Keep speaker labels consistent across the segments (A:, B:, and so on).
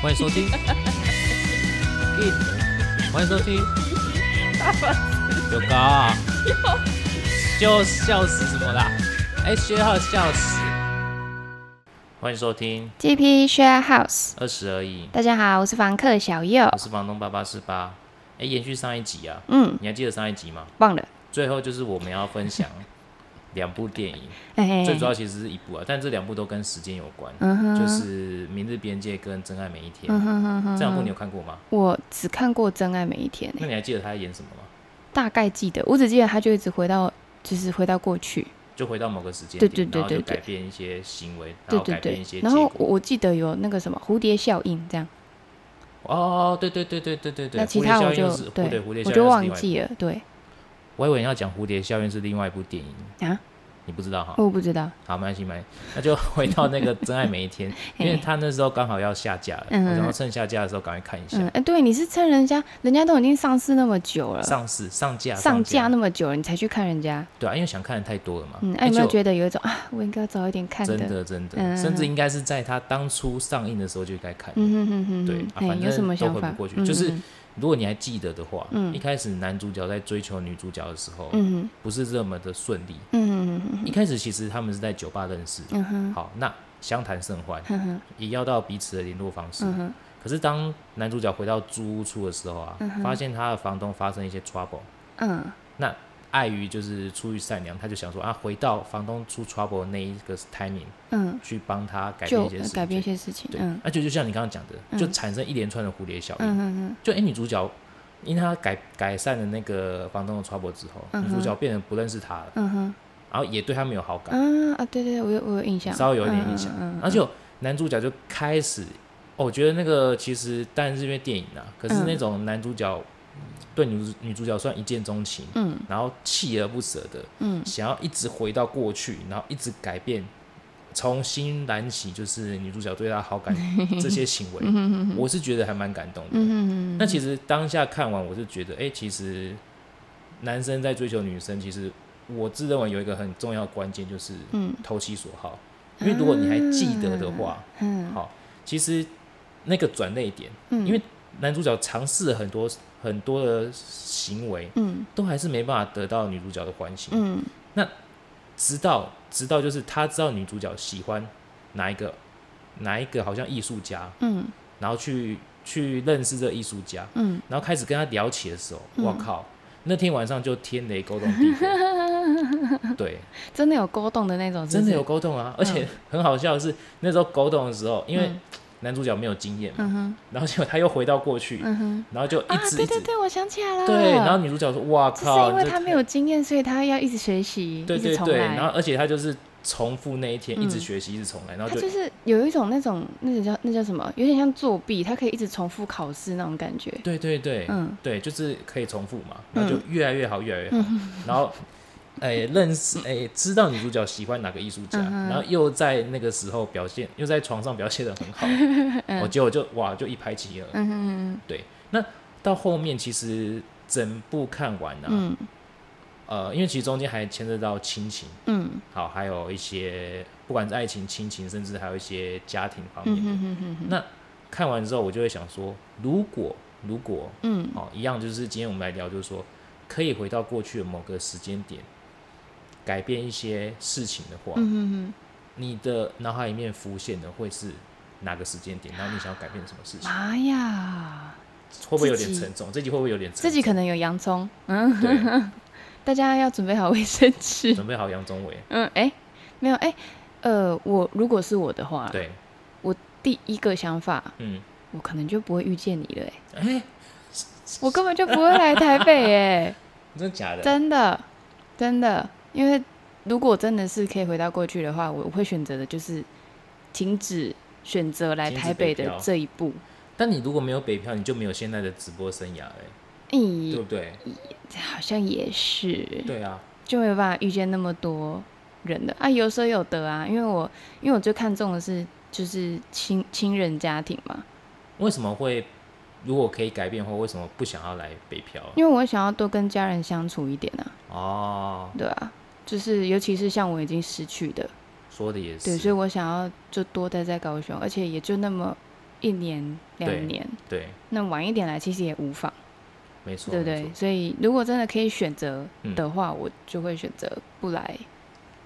A: 欢迎收 听。欢迎收听。有高啊！就笑死什么啦？哎，薛浩笑死。欢迎收听
B: TP Share House，
A: 二十而已，
B: 大家好，我是房客小右
A: 我。是房东八八四八。哎，延续上一集啊，
B: 嗯，
A: 你还记得上一集吗？
B: 忘了，
A: 最后就是我们要分 享两部电影，
B: 哎、
A: 最主要其实是一部啊，但这两部都跟时间有关，
B: 嗯哼，
A: 就是《明日边界》跟《真爱每一天
B: 嗯》。哼哼哼，
A: 这两部你有看过吗？
B: 我只看过《真爱每一天、欸
A: 那你还记得他在演什么吗？
B: 大概记得，我只记得他就一直回到，就是回到过去，
A: 就回到某个时间
B: 对
A: 点，
B: 对对
A: 然后就
B: 对对
A: 改变一些行为，然
B: 对
A: 后
B: 对
A: 改变
B: 对
A: 一些。结
B: 然后
A: 果。
B: 我我记得有那个什么蝴蝶效应这样，
A: 哦，对对对对对对对，
B: 那其
A: 蝴蝶
B: 他
A: 效
B: 我
A: 应
B: 就是
A: 蝴蝶
B: 对
A: 蝴蝶，效应
B: 我就是忘
A: 另外一部。
B: 记了，对
A: 我以为你要讲蝴蝶效应是另外一部电影
B: 啊，
A: 你不知道哈？
B: 我不知道，
A: 好，没关系，没关系，那就 回到那个《真爱每一 天》，因为他那时候刚好要下架了，
B: 嗯嗯嗯
A: 然后趁下架的时候赶快看一
B: 嗯，
A: 下
B: 哎、。对，你是趁人家人家都已经上市那么久了，
A: 上市上架
B: 上
A: 架
B: 架那么久了，你才去看人家，
A: 对啊，因为想看的太多了嘛。
B: 嗯，
A: 而
B: 哎、有
A: 且
B: 没有
A: 我
B: 觉得有一种啊，我应该早一点看
A: 真的真
B: 嗯嗯
A: 的，
B: 嗯
A: 甚至应该是在他当初上映的时候就该看。
B: 嗯哼哼哼，
A: 对啊
B: 哎
A: 反
B: 有什
A: 正
B: 么
A: 都
B: 想
A: 回
B: 法？
A: 不过去
B: 嗯
A: 就是
B: 嗯
A: 如果你还记得的话，
B: 嗯
A: 一开始男主角在追求女主角的时候，
B: 嗯
A: 不是这么的顺利。
B: 嗯嗯嗯
A: 一开始其实他们是在酒吧认识，
B: 嗯哼
A: 好，那相谈甚欢，
B: 哼哼
A: 也要到彼此的联络方式。
B: 嗯哼
A: 可是当男主角回到租屋处的时候啊，发现他的房东发生一些 trouble，
B: 嗯
A: 那碍于就是出于善良，他就想说啊，回到房东出 trouble 的那一个 timing
B: 嗯，
A: 去帮他改变
B: 就呃
A: 一些事情，
B: 改变一些事情，
A: 对，
B: 嗯
A: 那就就像你刚刚讲的，
B: 嗯
A: 就产生一连串的蝴蝶效应。
B: 嗯嗯
A: 就哎、诶女主角因为她改改善了那个房东的 trouble 之后，
B: 嗯哼
A: 女主角变得不认识他了，
B: 嗯哼
A: 然后也对他没有好感，
B: 嗯啊啊，对对对，我有我有印象，
A: 稍微有一点影响。
B: 嗯嗯嗯
A: 而且男主角就开始，哦我觉得那个其实当然是因为电影啊，
B: 嗯
A: 可是那种男主角对女主女主角算一见钟情，
B: 嗯
A: 然后锲而不舍的
B: 嗯
A: 想要一直回到过去，然后一直改变。重新燃起就是女主角对他 好感这些行为，我是觉得还蛮感动的。
B: 嗯嗯
A: 那其实当下看完，我是觉得，哎、其实男生在追求女生，其实我自认为有一个很重要的关键就是
B: 嗯
A: 投其所好，因为如果你还记得的话，
B: 嗯
A: 好，其实那个转泪点，
B: 嗯，
A: 因为男主角尝试了很多很多的行为，
B: 嗯
A: 都还是没办法得到女主角的欢心，
B: 嗯
A: 直到直到就是他知道女主角喜欢哪一个哪一个好像艺术家，
B: 嗯
A: 然后去去认识这个艺术家，
B: 嗯，
A: 然后开始跟他聊起的时候，
B: 嗯
A: 我靠，那天晚上就天雷勾动地 火，对，
B: 真的有勾动的那种，
A: 真的有，勾动啊！而且很好笑的是，那时候勾动的时候，因为
B: 嗯
A: 男主角没有经验嘛，
B: 嗯哼
A: 然后结果他又回到过去，
B: 嗯哼
A: 然后就一
B: 啊，
A: 直
B: 对
A: 一直、
B: 对对，我想起来了，
A: 对然后女主角说：“哇
B: 就是因
A: 靠，
B: 为
A: 你这
B: 他没有经验，所以他要一直学习，
A: 对
B: 一直
A: 对
B: 重
A: 对，
B: 来
A: 然后而且他就是重复那一天，
B: 嗯
A: 一直学习，一直重来，然
B: 他
A: 后就
B: 就是有一种那种那种叫那叫什么，有点像作弊，他可以一直重复考试那种感觉。
A: 对对对，
B: 嗯
A: 对，就是可以重复嘛，然后就越来越好，越来 越好，然后。哎、认识哎、知道女主角喜欢哪个艺术家，
B: 嗯哼
A: 然后又在那个时候表现，又在床上表现的很 好，我、结果就哇，就一拍即合。
B: 嗯嗯
A: 对，那到后面其实整部看完啊，
B: 嗯
A: 呃，因为其实中间还牵涉到亲情，
B: 嗯
A: 好，还有一些不管是爱情、亲情，甚至还有一些家庭方面
B: 嗯
A: 的。
B: 嗯嗯
A: 那看完之后，我就会想说，如果如果
B: 嗯
A: 哦，一样就是今天我们来聊，就是说可以回到过去的某个时间点，改变一些事情的话，
B: 嗯嗯
A: 你的脑海里面浮现的会是哪个时间点？然后你想要改变什么事情？
B: 妈呀，
A: 会不会有点
B: 啊自己
A: 沉重？这集会不会有点沉重？
B: 自己可能有洋葱，嗯，
A: 对，
B: 大家要准备好卫生 纸。
A: 准备好杨宗纬，
B: 嗯，哎、没有，哎、呃，我如果是我的话，
A: 对，
B: 第一个想法，
A: 嗯，
B: 我可能就不会遇见你了、哎，
A: 哎，
B: 我根本就不会来台北、哎。
A: 真的假的？
B: 真的，真的，因为如果真的是可以回到过去的话，我我会选择的就是停止选择来
A: 停止
B: 台北
A: 北漂
B: 的这一步。
A: 但你如果没有北漂，你就没有现在的直播生涯了，欸对
B: 咦、
A: 不对？
B: 好像也是，
A: 对啊，
B: 就没有办法遇见那么多人的啊，有舍有得啊。因为我因为我最看重的是就是亲亲人家庭嘛，
A: 为什么会？如果可以改变的话，为什么不想要来北漂？
B: 因为我想要多跟家人相处一点啊，
A: 哦，
B: 对啊，就是尤其是像我已经失去的，
A: 说的也是，
B: 对，所以我想要就多待在高雄，而且也就那么一年
A: 对
B: 两年，
A: 对，
B: 那晚一点来其实也无妨，
A: 没错，
B: 对不
A: 没
B: 对？
A: 错
B: 所以如果真的可以选择
A: 嗯
B: 的话，我就会选择不来，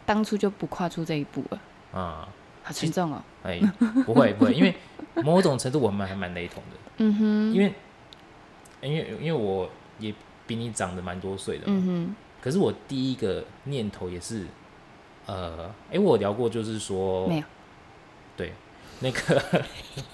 B: 当初就不跨出这一步了，
A: 啊、
B: 好
A: 其
B: 沉重哦。
A: 哎，不会不会，因为某种程度我们还蛮雷同的，
B: 嗯哼，
A: 因为因为因为我也比你长得蛮多岁的嘛，
B: 嗯哼，
A: 可是我第一个念头也是，呃，哎、我有聊过，就是说
B: 没有，
A: 对，那个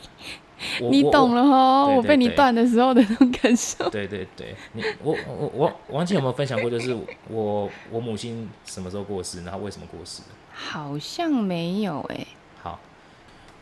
A: 我
B: 你懂。了哦
A: 对，
B: 我
A: 对
B: 被你
A: 对
B: 断的时候的那种感受
A: 我。对对对，你我我我我忘记有没有分享过，就是我我母亲什么时候过世，然后为什么过世的
B: 好像没有哎、
A: 好，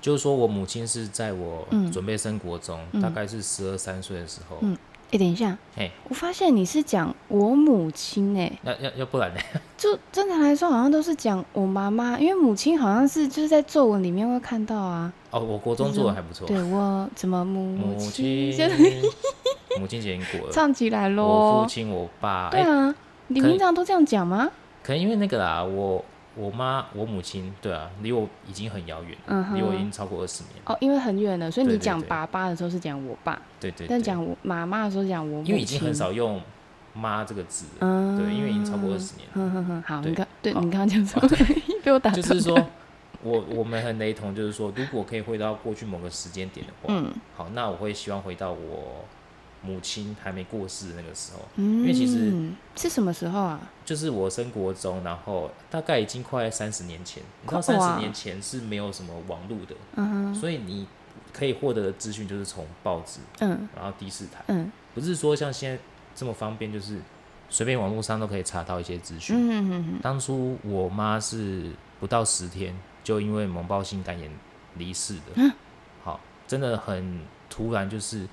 A: 就是说我母亲是在我
B: 嗯
A: 准备升国中，
B: 嗯
A: 大概是十二三岁的时候，
B: 嗯哎、等一下，
A: 嘿
B: 我发现你是讲我母亲哎、
A: 要要要不然呢？
B: 就正常来说好像都是讲我妈妈，因为母亲好像是就是在作文里面会看到啊，
A: 哦，我国中做的还不错，
B: 对我怎么母
A: 母亲
B: 亲，就是，
A: 母亲节已经过了，
B: 唱起来
A: 我
B: 喽
A: 父。亲我爸，
B: 对
A: 哎
B: 啊，你
A: 可以
B: 平常都这样讲吗？
A: 可能因为那个啦，我我妈我母亲，对啊，离我已经很遥远了，
B: 嗯哼
A: 离我已经超过二十年了，
B: 哦，因为很远了，所以
A: 对
B: 你
A: 对
B: 讲
A: 对
B: 爸爸的时候是讲我爸，
A: 对对
B: 但
A: 对
B: 讲我妈妈的时候讲我母亲，
A: 因为已经很少用“妈”这个字了，
B: 嗯，
A: 对，因为已经超过二十年了，
B: 哼哼哼，好，
A: 对
B: 你刚对
A: 好
B: 你刚刚讲 什么？ 被我打断。
A: 就是说，我我们很雷同，就是说，如果可以回到过去某个时间点的话，
B: 嗯
A: 好，那我会希望回到我母亲还没过世的那个时候，
B: 嗯，
A: 为其实
B: 是什么时候啊？
A: 就是我升国中，然后大概已经快三十年前，你知道
B: 哇
A: 三十年前是没有什么网络的，
B: 嗯哼，
A: 所以你可以获得的资讯就是从报纸，
B: 嗯
A: 然后第四台，
B: 嗯
A: 不是说像现在这么方便，就是随便网络上都可以查到一些资讯。
B: 嗯嗯嗯
A: 当初我妈是不到十天就因为猛暴性肝炎离世
B: 嗯
A: 的，好，真的很突然。就是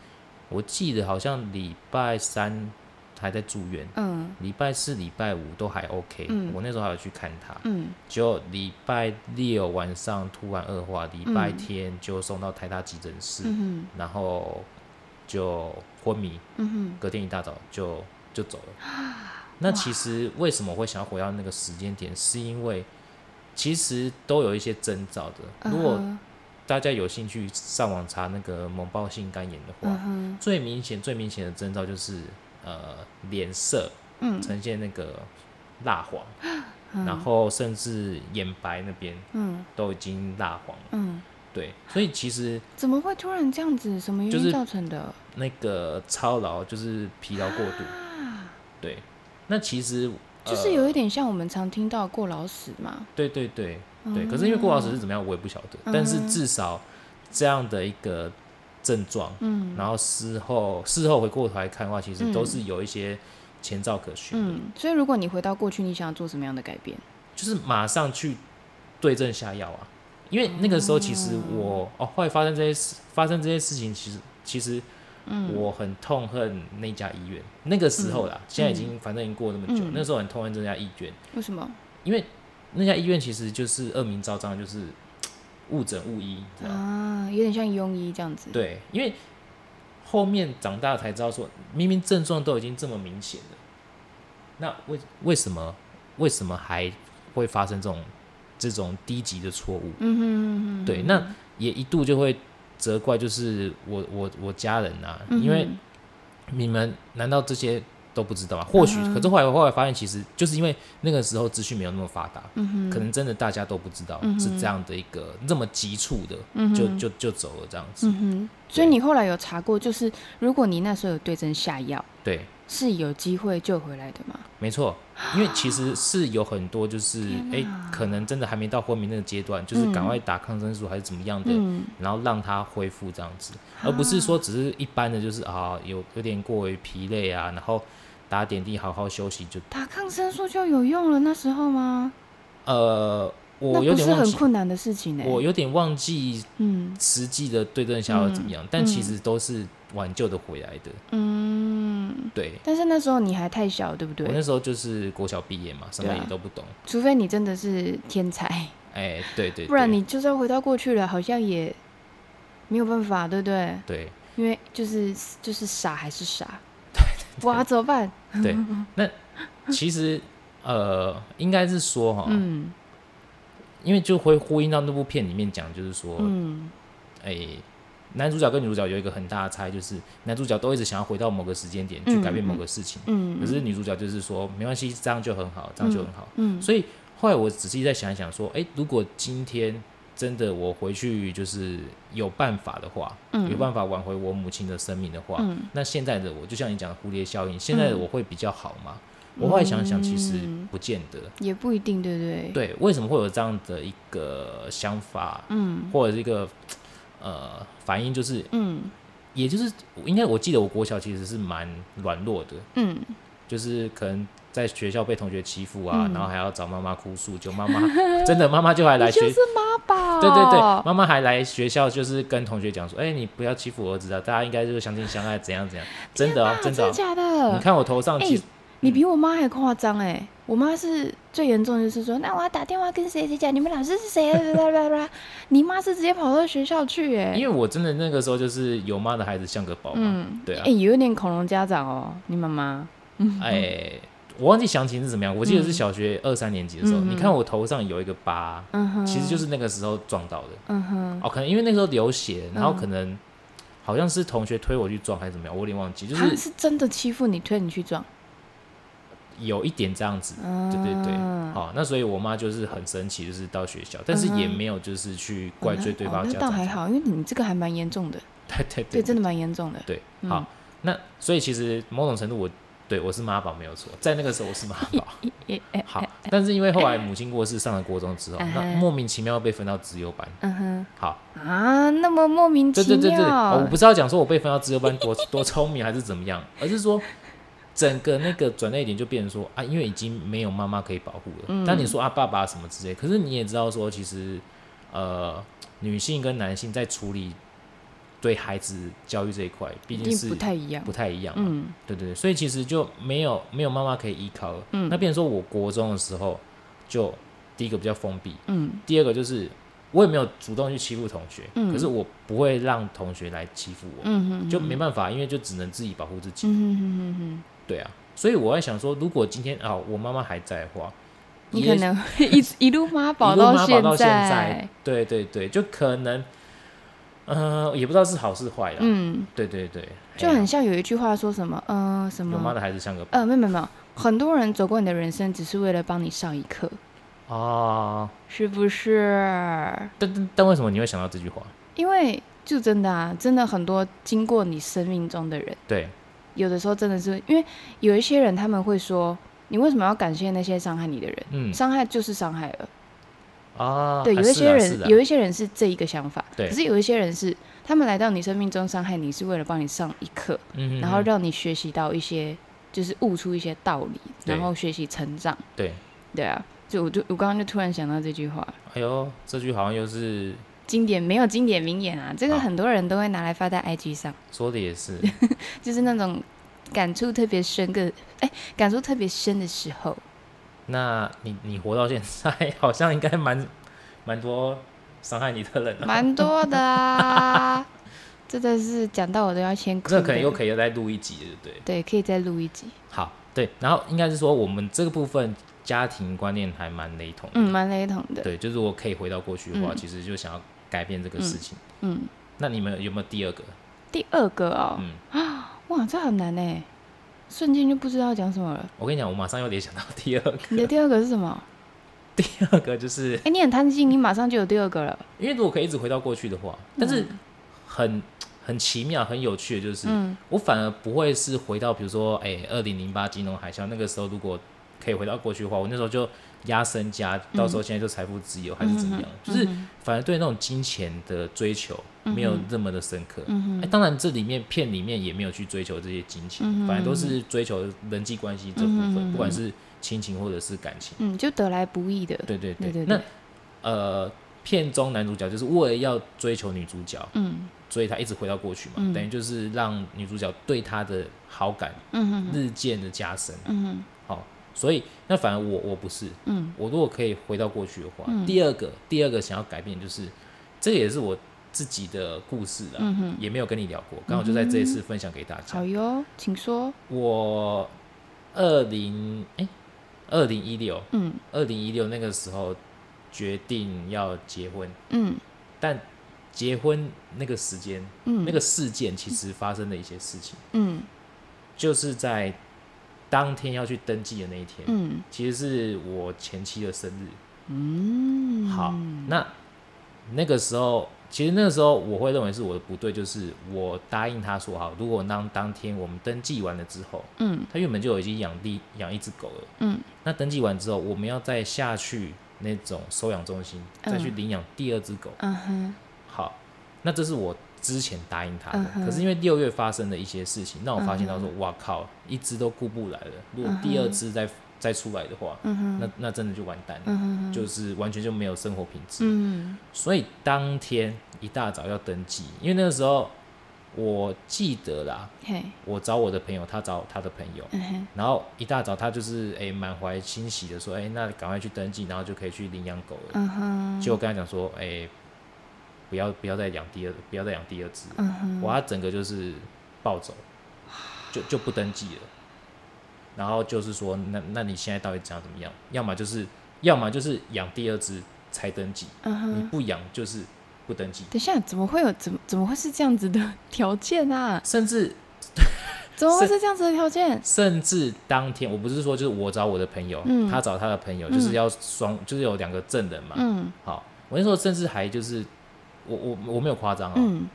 A: 我记得好像礼拜三还在住院，
B: 嗯
A: 礼拜四、礼拜五都还 OK，、
B: 嗯
A: 我那时候还有去看她。
B: 嗯
A: 就礼拜六晚上突然恶化，礼拜
B: 嗯
A: 天就送到台大急诊室，
B: 嗯
A: 然后就昏迷，
B: 嗯哼
A: 隔天一大早就就走了。
B: 啊
A: 那其实为什么会想要回到那个时间点，是因为其实都有一些征兆的。
B: 嗯哼，
A: 如果大家有兴趣上网查那个猛暴性肝炎的
B: 嗯
A: 话，
B: 哼
A: 最明显最明显的征兆就是呃脸色
B: 嗯
A: 呈现那个蜡黄，
B: 嗯
A: 然后甚至眼白那边
B: 嗯
A: 都已经蜡黄了。
B: 嗯，
A: 对，所以其实
B: 怎么会突然这样子？什么
A: 就
B: 原
A: 是
B: 因造成的？
A: 那个操劳就是疲劳过度。
B: 啊，
A: 对，那其实呃
B: 就是有一点像我们常听到过劳死嘛。
A: 对对对对，可是因为郭老师是怎么样，我也不晓得。但是
B: 哦嗯
A: 至少这样的一个症状，
B: 嗯
A: 然后事后事后回过头来看的话，其实都是有一些前兆可循的，
B: 嗯，所以如果你回到过去，你想要做什么样的改变？
A: 就是马上去对症下药啊。因为那个时候其实我哦，后来发生这些事，发生这些事情，其实其实
B: 嗯，
A: 我很痛恨那家医院。那个时候啦，现在已经反正已经过了那么久，
B: 嗯
A: 那时候很痛恨这家医院。
B: 为什么？
A: 因为那家医院其实就是恶名昭彰，就是误诊误医，知道吗？
B: 啊，有点像庸医这样子。，
A: 对，因为后面长大才知道说，明明症状都已经这么明显了，那为为什么为什么还会发生这种这种低级的错误？
B: 嗯哼嗯哼，
A: 对，那也一度就会责怪，就是我我我家人啊，
B: 嗯哼
A: 因为你们难道这些都不知道吗？或许，
B: 嗯哼
A: 可是后来后来发现，其实就是因为那个时候资讯没有那么发达，
B: 嗯哼，
A: 可能真的大家都不知道、
B: 嗯哼
A: 是这样的一个这么急促的，
B: 嗯
A: 就
B: 哼
A: 就就走了这样子。
B: 嗯哼，所以你后来有查过，就是如果你那时候有对症下药，
A: 对，
B: 是有机会救回来的吗？
A: 没错，因为其实是有很多就是
B: 天
A: 哎、诶
B: 哪
A: 可能真的还没到昏迷那个阶段，就是赶
B: 嗯
A: 快打抗生素还是怎么样的，
B: 嗯，啊
A: 然后让它恢复这样子，而不是说只是一般的就是啊有有点过于疲累啊，然后打点滴好好休息就
B: 打抗生素就有用了，那时候吗？
A: 呃
B: 那
A: 我有
B: 不
A: 点
B: 是
A: 忘
B: 很
A: 记，
B: 困难的欸事情呢、
A: 我有点忘记
B: 嗯
A: 实际的对症下药怎么样，但
B: 嗯
A: 其实都是挽救的回来的，
B: 嗯，
A: 对。
B: 但是那时候你还太小，对不
A: 我那
B: 对？
A: 时候就是国小毕业嘛，什么
B: 对啊
A: 也都不懂。
B: 除非你真的是天才，
A: 哎、对对对，
B: 不然你就算回到过去了，好像也没有办法，对不对？
A: 对
B: 因为就是就是傻还 是傻，哇，怎么办？
A: 对，那 其实呃，应该是说哈，
B: 嗯
A: 因为就会呼应到那部片里面讲，就是说，哎、
B: 嗯
A: 男主角跟女主角有一个很大的差异，就是男主角都一直想要回到某个时间点去改变某个事情，
B: 嗯，
A: 可是女主角就是说没关系，这样就很好，这样就很好。
B: 嗯，
A: 所以后来我仔细再想一想，说，诶，如果今天真的我回去就是有办法的话，
B: 嗯
A: 有办法挽回我母亲的生命的话，
B: 嗯，
A: 那现在的我就像你讲的蝴蝶效应，现在的我会比较好吗？我后来想想，其实
B: 嗯
A: 不见得。
B: 也不一定，对不对？，
A: 对，为什么会有这样的一个想法，
B: 嗯
A: 或者是一个呃反应？就是，
B: 嗯
A: 也就是应该我记得我国小其实是蛮软弱的，
B: 嗯，
A: 就是可能在学校被同学欺负啊，
B: 嗯
A: 然后还要找妈妈哭诉，就妈妈真的妈妈就还来
B: 你
A: 学，
B: 就是哦妈宝，
A: 对对对，妈妈还来学校就是跟同学讲说，哎、你不要欺负我儿子啊，大家应该就是相亲相爱，怎样怎样，真的啊，
B: 啊
A: 真的、
B: 的
A: 啊，
B: 假
A: 你
B: 的？
A: 看我头上
B: 哎
A: 其实、
B: 你比我妈还夸张哎！我妈是最严重，就是说，那我要打电话跟谁谁讲，你们老师是谁？啊啦啦啦啦！你妈是直接跑到学校去哎、
A: 因为我真的那个时候就是有妈的孩子像个宝嘛，
B: 嗯，
A: 对啊
B: 哎、有点恐龙家长哦，你妈妈，
A: 哎、我忘记详情是怎么样，我记得是小学二三年级的时候，
B: 嗯嗯嗯
A: 你看我头上有一个疤，
B: 嗯哼，
A: 其实就是那个时候撞到的。
B: 嗯哼，
A: 哦，可能因为那时候流血，然后
B: 嗯
A: 可能好像是同学推我去撞还是怎么样，我有点忘记，就
B: 她
A: 是
B: 是真的欺负你，推你去撞，
A: 有一点这样子。
B: 嗯，
A: 对对对，好、那所以我妈就是很生气，就是到学校，但是也没有就是去怪罪对
B: 哦
A: 方
B: 那
A: 家
B: 哦那
A: 长。
B: 倒还好，因为你这个还蛮严重的，
A: 对对
B: 对，
A: 对，
B: 真的蛮严重的。
A: 对。
B: 嗯
A: 好，那所以其实某种程度我对我是妈宝没有错，在那个时候我是妈宝。
B: 也哎
A: 好，但是因为后来母亲过世，上了国中之后，
B: 嗯
A: 那
B: 哼
A: 莫名其妙被分到资优班。
B: 嗯哼
A: 好，
B: 啊，那么莫名
A: 对
B: 其
A: 对对
B: 妙，
A: 对，哦我不是要讲说我被分到资优班多多聪明还是怎么样，而是说整个那个转捩点就变成说啊，因为已经没有妈妈可以保护了。
B: 嗯
A: 但你说啊爸爸什么之类，可是你也知道说，其实呃女性跟男性在处理对孩子教育这一块，毕
B: 一
A: 竟
B: 定
A: 是
B: 不太一样
A: 不。太一样嘛。
B: 嗯
A: 对对对，所以其实就没有没有妈妈可以依靠了。
B: 嗯
A: 那变成说我国中的时候，就第一个比较封闭，
B: 嗯
A: 第二个就是我也没有主动去欺负同学，
B: 嗯
A: 可是我不会让同学来欺负我，
B: 嗯哼，
A: 就没办法，因为就只能自己保护自己。
B: 嗯哼哼哼哼，
A: 对啊，所以我在想说，如果今天啊我妈妈还在的话，
B: 你
A: 也
B: 可能会一直一 路妈
A: 一
B: 宝
A: 路妈宝
B: 现
A: 到现
B: 在，
A: 对对对，就可能，呃，也不知道是好是坏啦。
B: 嗯，
A: 对对对，
B: 就
A: 哎呀
B: 很像有一句话说什么，嗯，什
A: 有妈
B: 么，
A: 的孩子像个
B: 呃，没有没有没有，很多人走过你的人生，只是为了帮你上一课，
A: 啊，
B: 是不是？
A: 但但但为什么你会想到这句话？
B: 因为就真的啊，真的很多经过你生命中的人，
A: 对，
B: 有的时候真的是因为有一些人他们会说，你为什么要感谢那些伤害你的人？
A: 嗯
B: 伤害就是伤害了。
A: 啊，
B: 对，
A: 啊
B: 有
A: 是
B: 一些
A: 啊
B: 人、
A: 是啊
B: 有一些人是这一个想法，
A: 对
B: 可是有一些人是他们来到你生命中伤害你是为了帮你上一课，
A: 嗯
B: 然后
A: 让
B: 让你学习到一些，就是悟出一些道理，
A: 对
B: 然后学习成长。
A: 对，
B: 对啊，就我就我刚刚就突然想到这句话，
A: 哎呦，这句好像又是
B: 经典没有经典名言啊，这个
A: 好
B: 很多人都会拿来发在 IG 上。
A: 说的也 是，
B: 就是那种感触特别深的，哎、感触特别深的时候，
A: 那你你活到现在， 好像应该蛮蛮多伤害你的人啊。
B: 蛮多的啊。 真的是讲到我都要先哭的。
A: 这可能又可以再录一集，对不对？
B: 对，可以再录一集。
A: 好，对，然后应该是说我们这个部分家庭观念还蛮雷同的，
B: 嗯，蛮雷同的。
A: 对，就是我可以回到过去的话，
B: 嗯
A: 其实就想要改变这个事情。
B: 嗯，
A: 那你们有没有第二个？
B: 第二个哦，
A: 嗯，
B: 哇，这很难哎，瞬间就不知道讲什么了。
A: 我跟你讲，我马上又联想到第二个，
B: 你的第二个是什么？
A: 第二个就是
B: 哎、你很贪心，你马上就有第二个了。
A: 因为如果可以一直回到过去的话，
B: 嗯
A: 但是很很奇妙、很有趣的就是，
B: 嗯
A: 我反而不会是回到比如说，哎、2二零零八金融海啸那个时候，如果可以回到过去的话，我那时候就压身家，
B: 嗯
A: 到时候现在就财富自由、还是怎么样，就是反而对那种金钱的追求没有那么的深刻。
B: 嗯
A: 哎当然，这里面片里面也没有去追求这些金钱，
B: 嗯哼
A: 反正都是追求人际关系这部
B: 嗯
A: 分，
B: 哼
A: 不管是亲情或者是感情。
B: 嗯，就得来不易的。
A: 对对对。
B: 对对
A: 那
B: 对
A: 呃，片中男主角就是为了要追求女主角，
B: 嗯
A: 所以他一直回到过去嘛，
B: 嗯
A: 等于就是让女主角对他的好感
B: 嗯哼
A: 日渐的加深。
B: 嗯哼
A: 好、所以那反而我我不是，
B: 嗯
A: 我如果可以回到过去的话，
B: 嗯
A: 第二个第二个想要改变就是，这也是我自己的故事啦，
B: 嗯哼，嗯
A: 也没有跟你聊过，刚好就在这一次分享给大家。
B: 好哟，请说。
A: 我二零哎二零一六
B: 嗯
A: 二零一六那个时候决定要结婚，
B: 嗯
A: 但结婚那个时间，
B: 嗯
A: 那个事件其实发生的一些事情，
B: 嗯
A: 就是在当天要去登记的那一天，
B: 嗯
A: 其实是我前妻的生日。
B: 嗯，
A: 好，那那个时候，其实那个时候我会认为是我的不对，就是我答应他说好，如果当当天我们登记完了之后，
B: 嗯
A: 他原本就已经养地养一只狗了，
B: 嗯
A: 那登记完之后，我们要再下去那种收养中心再去
B: 嗯
A: 领养第二只狗。
B: 嗯哼
A: 好，那这是我之前答应他的
B: 嗯，哼
A: 可是因为六月发生的一些事情，让我发现到说，
B: 嗯
A: 哇靠，一只都顾不来了，如果
B: 嗯哼
A: 第二只再再出来的话，
B: 嗯哼，
A: 那那真的就完蛋了，
B: 嗯哼哼，
A: 就是完全就没有生活品质。
B: 嗯
A: 所以当天一大早要登记，因为那个时候我记得啦，
B: 嘿
A: 我找我的朋友，他找他的朋友，
B: 嗯哼
A: 然后一大早他就是诶满怀欣喜的说，诶，那赶快去登记，然后就可以去领养狗了。
B: 嗯哼，
A: 结果跟他讲说，诶，不要不要再养第二，不要再养第二只，
B: 嗯哼，
A: 我他整个就是暴走，就就不登记了。然后就是说，那那你现在到底想怎么样？要么就是，要么就是养第二只才登记，
B: 嗯
A: 你
B: 哼，
A: 不养就是不登记，
B: 等一下，怎么会有怎么怎么会是这样子的条件啊？
A: 甚至
B: 怎么会
A: 是
B: 是这样子的条件？
A: 甚至当天，我不是说就是我找我的朋友，
B: 嗯
A: 他找他的朋友，
B: 嗯
A: 就是要双，就是有两个证人嘛。
B: 嗯
A: 好，我那时候甚至还就是，我我我没有夸张啊，
B: 嗯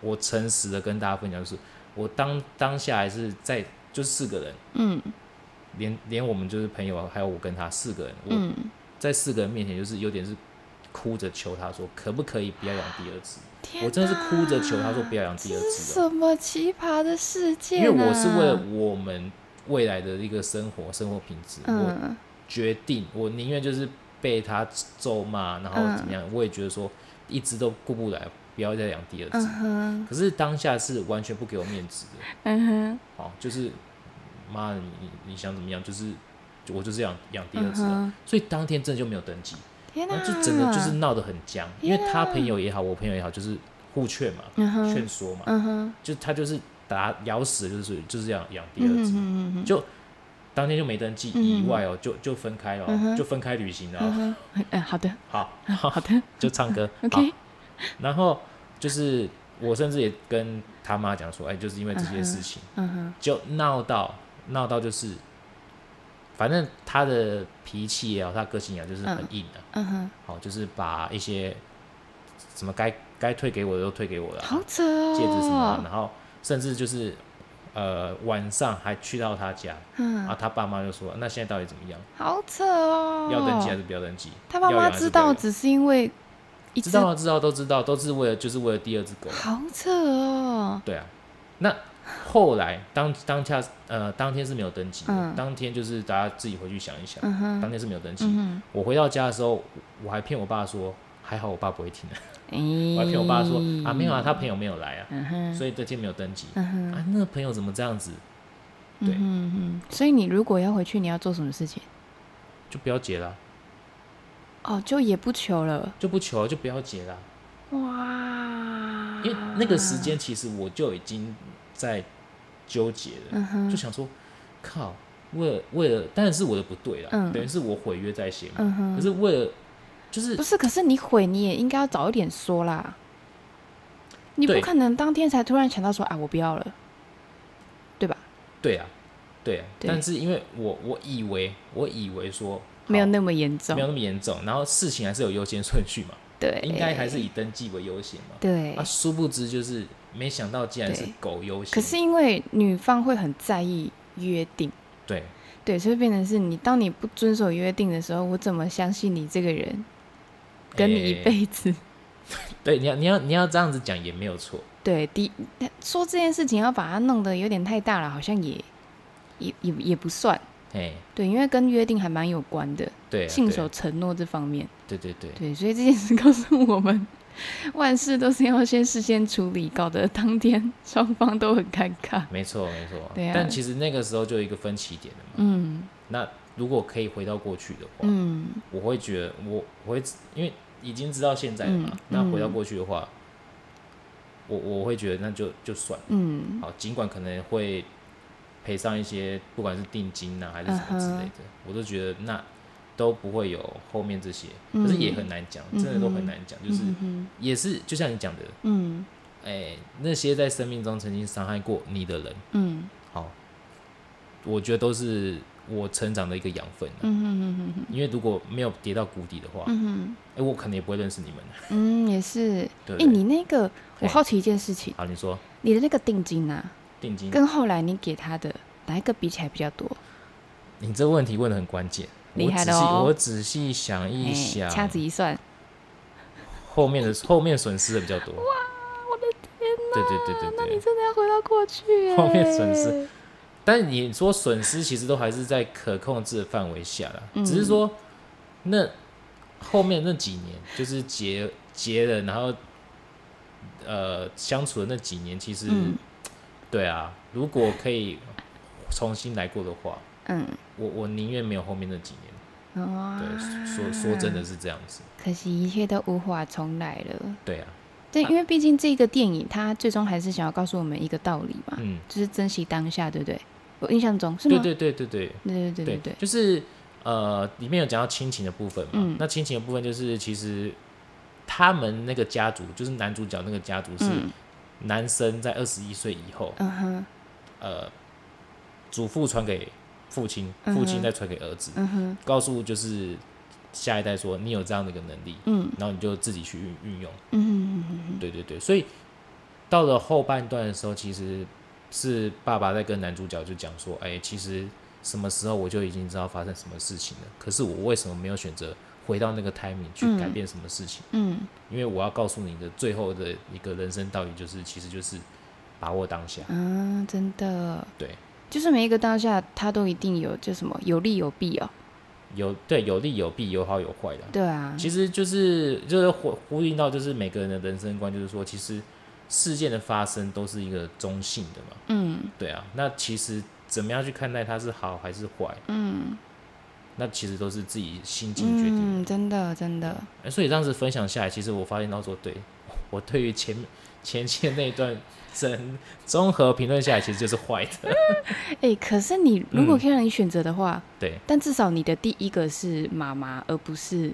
A: 我诚实的跟大家分享，就是我当当下还是在就四个人，
B: 嗯
A: 连连我们就是朋友，还有我跟他四个人，我
B: 嗯，
A: 在四个人面前就是有点是哭着求他说，可不可以不要养第二只？
B: 天
A: 我真的是哭着求他说
B: 哪
A: 不要养第二
B: 这是
A: 只了，
B: 什么奇葩的世界、
A: 因
B: 啊？
A: 为我是为了我们未来的一个生活生活品质，我
B: 嗯
A: 决定，我宁愿就是被他咒骂，然
B: 嗯
A: 后怎么样，我也觉得说一直都顾不来，不要再养第二只。
B: 嗯哼
A: 可是当下是完全不给我面子的，
B: 嗯哼
A: 哦，就是妈的，你你你想怎么样，就是我就是养养第二
B: 嗯
A: 只、啊，
B: 哼，
A: 所以当天真的就没有登记，
B: 天啊哪、
A: 然后就整个就是闹得很僵，因为他
B: 天啊
A: 朋友也好，我朋友也好，就是互劝嘛，
B: 嗯哼
A: 劝说嘛，
B: 嗯哼
A: 就他就是打咬死就是就是要养第二
B: 嗯
A: 只，
B: 哼嗯哼
A: 就当天就没登记，
B: 嗯
A: 意外哦，就就分开了哦、
B: 嗯哼
A: 就分开旅行了哦、
B: 嗯哼嗯嗯好的
A: 好，
B: 好的
A: 就唱歌。
B: OK
A: 好然后就是我甚至也跟他妈讲说，哎，就是因为这些事情，
B: 嗯哼
A: 就闹到闹到就是，反正他的脾气也好，他个性也好，就是很硬的、
B: 嗯哼，
A: 好、就是把一些什么该该退给我的都退给我了啊、
B: 好扯哦，
A: 戒指什么的，然后甚至就是呃晚上还去到他家，
B: 嗯、
A: 啊，他爸妈就说，那现在到底怎么样？
B: 好扯哦，
A: 要登记还是不要登记？
B: 他爸
A: 要
B: 妈
A: 养还是
B: 知
A: 不要
B: 道
A: 养
B: 只是因为一
A: 知
B: 只
A: 道啊，知道都知道，都是为了就是为了第二只狗。
B: 好扯哦，
A: 对啊，那后来当当下呃当天是没有登记的，
B: 嗯
A: 当天就是大家自己回去想一想，
B: 嗯
A: 当
B: 哼
A: 天是没有登记。
B: 嗯
A: 我回到家的时候，我还骗我爸说，还好我爸不会听，
B: 哼，
A: 我还骗我爸说啊没有啊，
B: 咦
A: 他朋友没有来啊，
B: 嗯哼，
A: 所以这天没有登记。
B: 嗯哼，
A: 啊，那个朋友怎么这样子？对
B: 嗯哼嗯哼，所以你如果要回去，你要做什么事情？
A: 就不要结了，啊
B: 哦，就也不求了，
A: 就不求了，就不要结了。啊
B: 哇，
A: 因为那个时，间其实我就已经在纠结了，
B: 嗯哼，
A: 就想说，靠，为了为了，当然是我的不对啦，
B: 嗯
A: 等于是我毁约在先嘛。
B: 嗯哼，
A: 可是为了，就是
B: 不是，可是你悔，你也应该要早一点说啦。你不
A: 对
B: 可能当天才突然想到说啊，我不要了，对吧？
A: 对啊，对啊，
B: 对
A: 但是因为我我以为我以为说
B: 没有
A: 好
B: 那么严
A: 没有
B: 重，
A: 那么严重，然后事情还是有优先顺序嘛，
B: 对，
A: 应该还是以登记为优先嘛。
B: 对
A: 啊，。殊不知就是没想到竟然是
B: 对
A: 狗优先，
B: 可是因为女方会很在意约定，
A: 对
B: 对，所以变成是你当你不遵守约定的时候，我怎么相信你这个人跟你一
A: 诶
B: 辈子？
A: 哎对，你要你要你要这样子讲也没有错，
B: 对，第说这件事情要把它弄得有点太大了，好像也也也也不算。
A: 哎，
B: 对，因为跟约定还蛮有关的，
A: 对啊，
B: 信
A: 对啊
B: 守承诺这方面。
A: 对对对，
B: 对，所以这件事告诉我们，万事都是要先事先处理，搞得当天 双方都很尴尬。
A: 没错没错。
B: 对啊
A: 但其实那个时候就有一个分歧点了嘛。
B: 嗯
A: 那如果可以回到过去的话，
B: 嗯
A: 我会觉得我我会因为已经知道现在了嘛，
B: 嗯
A: 那回到
B: 嗯
A: 过去的话，我我会觉得那就就算了。
B: 嗯
A: 好，尽管可能啊
B: 嗯
A: 会赔上一些，不管是定金呐、还是什么之类的，我都觉得那都不会有后面这些，可是也很难讲，真的都很难讲，就是
B: 嗯
A: 也是就像你讲的，
B: 嗯
A: 哎、那些在生命中曾经伤害过你的人，
B: 嗯
A: 好，我觉得都是我成长的一个养分啊、
B: 嗯嗯
A: 因为如果没有跌到谷底的话，哎、
B: 嗯
A: 我可能也不会认识你们。
B: 嗯，也是。
A: 对不
B: 哎、
A: 对，
B: 你那个，
A: 嘿
B: 我好奇一件事情，
A: 好，你说
B: 你的那个定金啊，
A: 定金，
B: 跟后来你给他的哪一个比起来比较多？
A: 你这问题问的很关键，
B: 厉害
A: 我仔
B: 了
A: 细
B: 哦
A: 我仔细想一
B: 哎
A: 想，
B: 掐指一算，
A: 后面的后面损失的比较多。哇，我
B: 的
A: 天对对对对
B: 那
A: 对
B: 你。真的要回到过去、哎
A: 后面损失。但你说损失其实都还是在可控制的范围下啦，
B: 嗯
A: 只是说那后面那几年就是结结了，然后呃相处的那几年，其实、
B: 嗯
A: 对啊，如果可以重新来过的话，
B: 嗯，
A: 我我宁愿没有后面那几年。
B: 哦，
A: 对，说说真的，是这样子，
B: 可惜一切都无法重来了。
A: 对啊，
B: 对，因为毕竟这个电影它最终还是想要告诉我们一个道理嘛，
A: 嗯，
B: 就是珍惜当下，对不对？我印象啊中是
A: 对
B: 吗？
A: 对对对对。
B: 对对对对对，
A: 就是呃，里面有讲到亲情的部分嘛，
B: 嗯
A: 那亲情的部分就是其实他们那个家族，就是男主角那个家族是
B: 嗯
A: 男生在二十一岁以后，
B: 嗯哼
A: 呃，祖父传给父亲，
B: 嗯哼
A: 父亲再传给儿子，
B: 嗯哼
A: 告诉就是下一代说你有这样的一个能力，
B: 嗯
A: 然后你就自己去运运用，
B: 嗯嗯嗯
A: 对对对，所以到了后半段的时候，其实是爸爸在跟男主角就讲说，哎、其实什么时候我就已经知道发生什么事情了，可是我为什么没有选择回到那个 timing 去改
B: 嗯
A: 变什么事情？
B: 嗯
A: 因为我要告诉你的最后的一个人生道理就是，其实就是把握当下。
B: 嗯啊，真的，
A: 对，
B: 就是每一个当下，它都一定有就什么有利有弊哦，
A: 有对有利有弊，有好有坏的。
B: 对啊，
A: 其实就是就是呼呼应到就是每个人的人生观，就是说，其实事件的发生都是一个中性的嘛。
B: 嗯
A: 对啊，那其实怎么样去看待它是好还是坏，
B: 嗯
A: 那其实都是自己心境决定。
B: 嗯，真的真的，
A: 哎所以当时分享下来，其实我发现到说，对 我对于前 前线那一段整综合评论下来，其实就是坏 的。
B: 哎，可是你如
A: 嗯
B: 果可以让你选择的话，
A: 对，
B: 但至少你的第一个是妈妈，而不是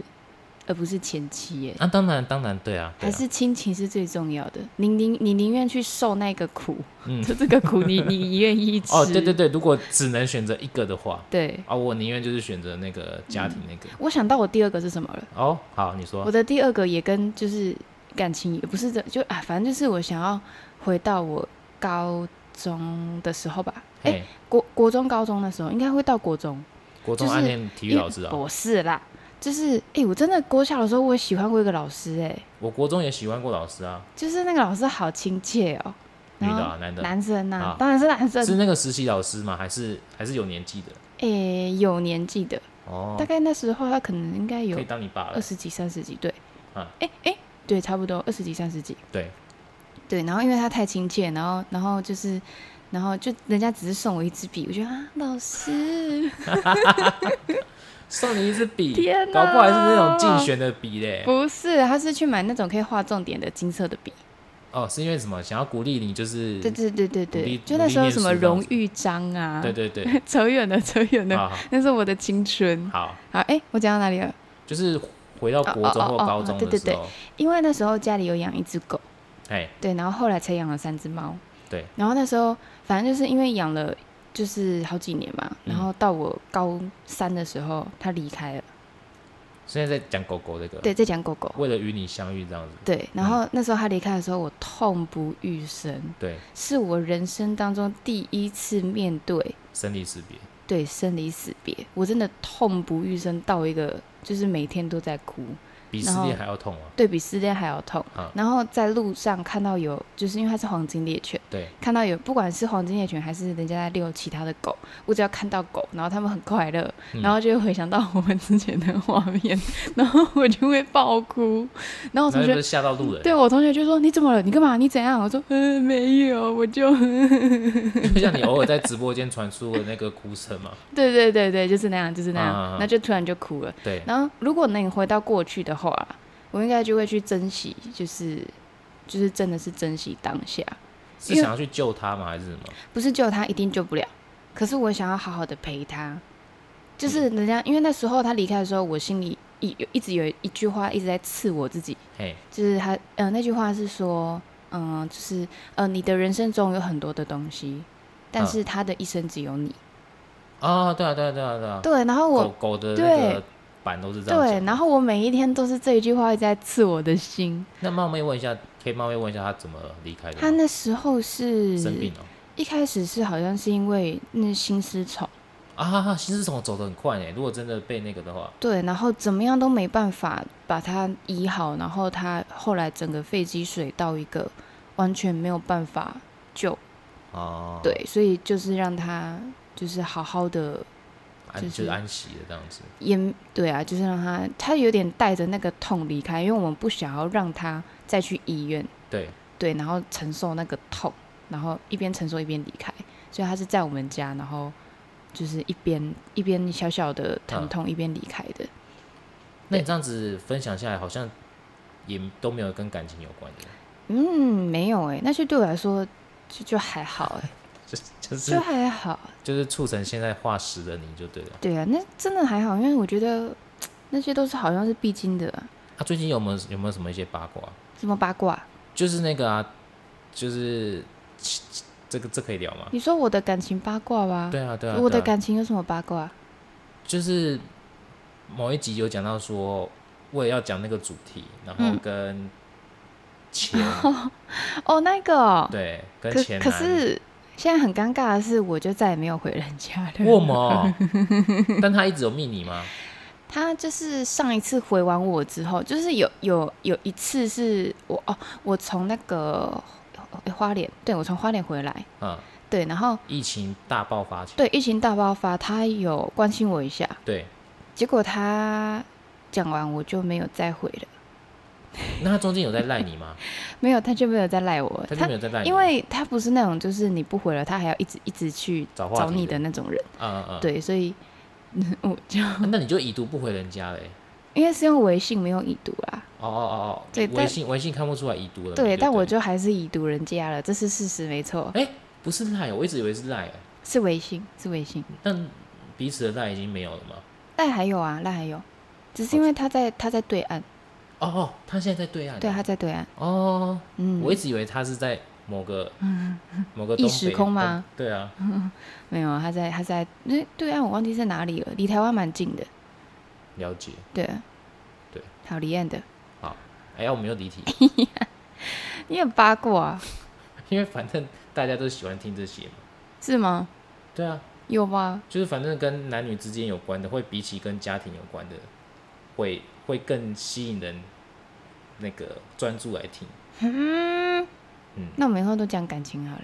B: 而不是前妻耶。
A: 那、啊当然当然对啊，对
B: 还
A: 啊
B: 是亲情是最重要的，你宁你宁愿去受那个苦，
A: 嗯
B: 就这个苦你你愿意 吃。
A: 哦，对对对，如果只能选择一个的话，
B: 对
A: 啊，我宁愿就是选择那个家庭那个。
B: 我想到我第二个是什么了，
A: 哦，好，你
B: 我
A: 说，
B: 的第二个也跟就是感情也不是这就啊，反正就是我想要回到我高中的时候吧，哎、
A: 嘿，
B: 国国中高中的时候应该会到国中，
A: 国中
B: 就是
A: 暗恋体育老师啊、
B: 不是啦，就是哎、我真的国小的时候我也喜欢过一个老师、哎，
A: 我国中也喜欢过老师啊，
B: 就是那个老师好亲切哦、
A: 女
B: 然
A: 的、
B: 后
A: 啊、男的，
B: 男生呐、
A: 啊
B: 当然是男生，
A: 是那个实习老师吗？还是还是有年纪的？
B: 诶、有年纪的，
A: 哦，
B: 大概那时候他可能应该有
A: 可以当你爸
B: 二
A: 了。
B: 十几、三十几，对，
A: 啊
B: 哎哎，对，差不多二十几、三十几，
A: 对，
B: 对。然后因为他太亲切，然后然后就是，然后就人家只是送我一支笔，我觉得啊，老师
A: 送你一支笔，
B: 天
A: 搞
B: 哪
A: 不好还是那种竞选的笔嘞。
B: 不是，他是去买那种可以画重点的金色的笔，
A: 哦，是因为什么？想要鼓励你，就是
B: 对对对对
A: 努力
B: 对，就那时候有什么
A: 努力念
B: 荣
A: 书
B: 誉章啊，
A: 对对 对
B: 扯远了扯远了，
A: 好好
B: 那是我的青春。
A: 好，
B: 好，哎、我讲到哪里了？
A: 就是回到国中
B: 哦哦
A: 或
B: 哦
A: 高中
B: 对
A: 的
B: 对
A: 时
B: 对
A: 候，
B: 因为那时候家里有养一只狗。
A: 哎，
B: 对，然后后来才养了三只猫。
A: 对，
B: 然后那时候反正就是因为养了就是好几年嘛，
A: 嗯
B: 然后到我高三的时候，它离开了。
A: 现在在讲狗狗这个，
B: 对，在讲狗狗。
A: 为了与你相遇这样子，
B: 对，然后那时候它离开的时候，我痛不欲生，
A: 对，
B: 是我人生当中第一次面对
A: 生离死别，
B: 对生离死别，我真的痛不欲生到一个就是每天都在哭，
A: 比失
B: 然后
A: 恋还要痛啊！
B: 对比失恋还要痛
A: 啊。
B: 然后在路上看到有，就是因为它是黄金猎犬。
A: 对，
B: 看到有不管是黄金猎犬还是人家在遛其他的狗，我只要看到狗，然后他们很快乐，
A: 嗯
B: 然后就会回想到我们之前的画面， 然后我就会爆哭。然
A: 那
B: 后我同
A: 就
B: 学
A: 是吓到路人，
B: 对我同学就说：“你怎么了？你干嘛？你怎样？”我说：“嗯，没有，我就……
A: 就像你偶尔在直播间传出的那个哭声嘛，
B: 对对对对，就是那样，就是那样。
A: 啊啊啊
B: 那就突然就哭了。
A: 对，
B: 然后如果能回到过去的话，我应该就会去珍惜，就是就是真的是珍惜当下，
A: 是
B: 因为
A: 想要去救他吗？还是什么？
B: 不是救他一定救不了，可是我想要好好的陪他。就是
A: 嗯
B: 人家因为那时候他离开的时候，我心里一有一直有一句话一直在刺我自己，
A: 嘿，
B: 就是他呃那句话是说，嗯、就是呃你的人生中有很多的东西，但
A: 嗯
B: 是他的一生只有你。
A: 啊，对啊，对啊，对啊，对啊，
B: 对，然后我
A: 狗狗的那
B: 对
A: 个版都是这样
B: 对，
A: 讲的。
B: 然后我每一天都是这一句话一直在刺我的心。
A: 那冒昧问一下，可以冒昧问一下他怎么离开的
B: 他
A: 吗？
B: 那时候是
A: 生病了
B: 一开始是好像是因为那心丝虫，
A: 啊，心丝虫走得很快哎，如果真的被那个的话，
B: 对，然后怎么样都没办法把它医好，然后他后来整个肺积水到一个完全没有办法救，
A: 哦，
B: 对，所以就是让他就是好好的
A: 安
B: 就
A: 就是
B: 是
A: 安息的这样子。
B: 也对啊，就是让他他有点带着那个痛离开，因为我们不想要让他再去医院，
A: 对，
B: 对，然后承受那个痛，然后一边承受一边离开，所以他是在我们家，然后就是一边一边小小的疼痛，一边离开的。
A: 那你这样子分享下来，好像也都没有跟感情有关的，
B: 嗯，没有哎、那就对我来说就就还好哎、
A: 就 就是
B: 就还好。
A: 就是促成现在化石的你就对了。
B: 对啊，那真的还好，因为我觉得那些都是好像是必经的啊、
A: 啊，最近有没有有没有什么一些八卦？
B: 什么八
A: 啊
B: 卦。
A: 就是那个啊，就是这个这可以聊吗？
B: 你说我的感情八卦吧？
A: 对啊，对啊，
B: 我的
A: 对啊
B: 感情有什么八卦？
A: 就是某一集有讲到说，为了要讲那个主题，然后
B: 嗯
A: 跟 钱、
B: 哦，那个哦、
A: 对跟
B: 可
A: 钱
B: 可
A: 男，
B: 是现在很尴尬的是，我就再也没有回人家了。
A: 为什么？但他一直有密你吗？
B: 他就是上一次回完我之后，就是有有有一次是我哦，我从那个、诶花莲，对我从花莲回来，
A: 嗯，
B: 对，然后
A: 疫情大爆发前，
B: 对疫情大爆发，他有关心我一下，
A: 对，
B: 结果他讲完我就没有再回了，
A: 那他中间有在赖你吗？
B: 没有他就没有再赖我，
A: 他就没有在赖你吗，
B: 因为他不是那种就是你不回了，他还要一直一直去
A: 找话
B: 找
A: 题
B: 你的那种人，
A: 嗯嗯，
B: 对，所以 嗯我就
A: 嗯，那你就已读不回人家嘞。
B: 因为是用微信没有已读啦，
A: 哦哦哦哦，
B: 对
A: 微
B: 但
A: 信微信看不出来已读了没。
B: 对，但我
A: 对
B: 就还是已读人家了，这是事实没错，
A: 哎、不是赖，我一直以为是赖，哦
B: 是微信，是微信。
A: 但彼此的赖已经没有了嘛。
B: 赖还有啊，赖还有，只是因为他在他在对岸，
A: 哦哦，他现在在对岸。
B: 对，啊他在对岸，
A: 哦，
B: 嗯，
A: 我一直以为他是在某个某个
B: 异
A: 东
B: 时
A: 北
B: 空吗？
A: 东对啊，
B: 没有，他在他在那对啊岸，我忘记在哪里了，离台湾蛮近的，
A: 了解。
B: 对，啊
A: 对，
B: 好离岸的，
A: 哎呀，我们又离题，
B: 你很八卦、啊、
A: 因为反正大家都喜欢听这些嘛。
B: 是吗？
A: 对啊，
B: 有吗？
A: 就是反正跟男女之间有关的，会比起跟家庭有关的，会会更吸引人那个专注来听。
B: 嗯，
A: 嗯
B: 那我们以后都讲感情好了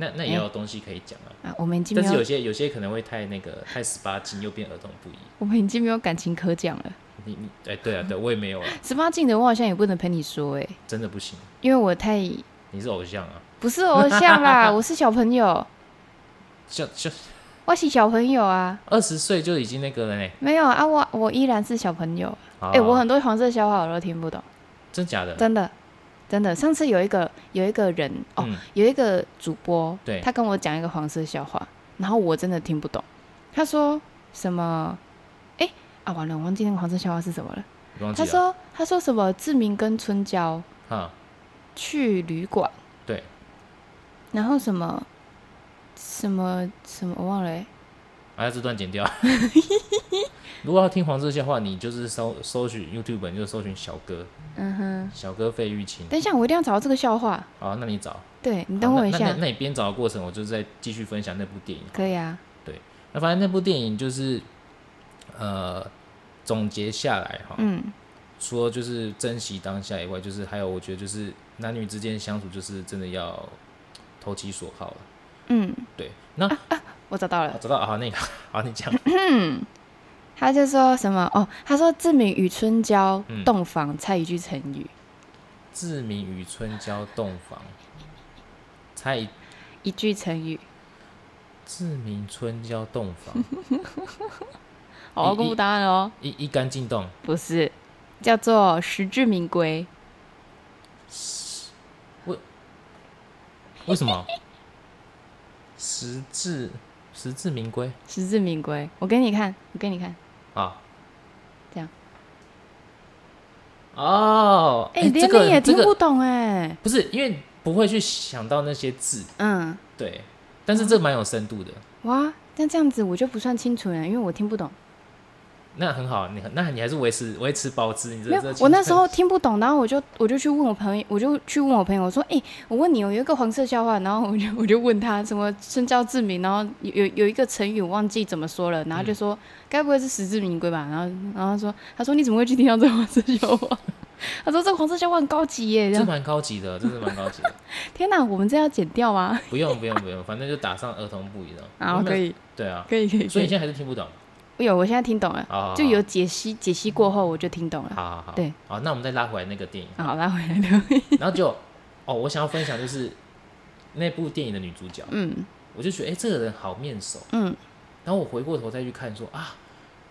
A: 那
B: 哎
A: 那也要有东西可以讲啊。
B: 啊，我们已经
A: 但
B: 没
A: 是有
B: 有，
A: 些有些可能会太那个太十八禁，又变儿童不宜。
B: 我们已经没有感情可讲了。
A: 你你哎、对啊，对我也没有啊，
B: 十八禁的我好像也不能陪你说哎、
A: 真的不行。
B: 因为我太
A: 你是偶像啊，
B: 不是偶像啦，我是小朋友，
A: 像像
B: 我是小朋友啊，
A: 二十岁就已经那个了呢。
B: 没有啊，我我依然是小朋友。
A: 哎
B: 哎、我很多黄色笑话我都听不懂，
A: 啊真假的，
B: 真的，真的。上次有一个有一个人哦，
A: 嗯
B: 有一个主播，
A: 对
B: 他跟我讲一个黄色笑话，然后我真的听不懂。他说什么？哎、啊，完了，我忘记那个黄色笑话是什么了。
A: 你忘记
B: 他
A: 了
B: 说他说什么？志明跟春娇
A: 啊，
B: 去旅馆，
A: 对，
B: 然后什么什么什么，我忘了、欸。
A: 把这段剪掉。 如果要听黄色笑话，你就是搜搜寻 YouTube，你就搜寻小哥，
B: 嗯哼，
A: 小哥费玉清。
B: 等一下，我一定要找到这个笑话。
A: 好，那你找，
B: 对你
A: 你
B: 等我一
A: 那那
B: 下
A: 那，你边找的过程，我就再继续分享那部电影。
B: 可以啊。
A: 那反正那部电影就是，呃，总结下来哈，
B: 嗯，
A: 除了就是珍惜当下以外，就是还有我觉得就是男女之间相处就是真的要投其所好了。
B: 嗯，
A: 对，那、
B: 我找到了
A: 啊。找到啊，那个好，你 讲，
B: 他就说什么哦？他说“志明与春娇
A: 嗯
B: 洞房”猜一句成语，
A: 志明与春娇洞房，猜一
B: 一句成语。
A: 志明春娇洞房，
B: 哦，我要公布答案了哦，
A: 一一干进洞，
B: 不是，叫做实至名归。
A: 为什么？实至实至名归
B: 实至名归。我给你看，我给你看，
A: 啊。
B: 这样。
A: 哦，
B: 哎、
A: 哎
B: 连
A: 这
B: 你也
A: 个这
B: 听
A: 个
B: 不懂哎、
A: 不是因为不会去想到那些字，
B: 嗯，
A: 对，但是这蛮有深度的，
B: 哇，那这样子我就不算清楚人，因为我听不懂。
A: 那很好，你那你还是维持维持保持你这
B: 没有
A: 这，
B: 我
A: 青
B: 那时
A: 春
B: 候听不懂，然后我就我就去问我朋友，我就去问我朋友我说，哎、我问你，有一个黄色笑话，然后我就 我就问他什么身教志明，然后有有有一个成语我忘记怎么说了，然后就说、该不会是实至名归吧？然后然后他说他说你怎么会去听到这个黄色笑话？ 他说这个黄色笑话很高级耶，这
A: 这
B: 样
A: 蛮高级的，这是蛮高级的，
B: 天哪，我们这要剪掉吗？
A: 不用不用不用， 反正就打上儿童不宜了，
B: 啊，可
A: 以，
B: 以
A: 对啊，
B: 可以可以，
A: 所以
B: 可
A: 你现在还是听不懂，
B: 有我现在听懂了，
A: 啊，
B: 就有解析解析过后我就听懂了。
A: 好好好，
B: 对，
A: 好，那我们再拉回来那个电影，
B: 啊好，拉回来了，
A: 然后就哦，我想要分享就是那部电影的女主角，
B: 嗯
A: 我就觉得哎、这个人好面熟，
B: 嗯
A: 然后我回过头再去看说啊，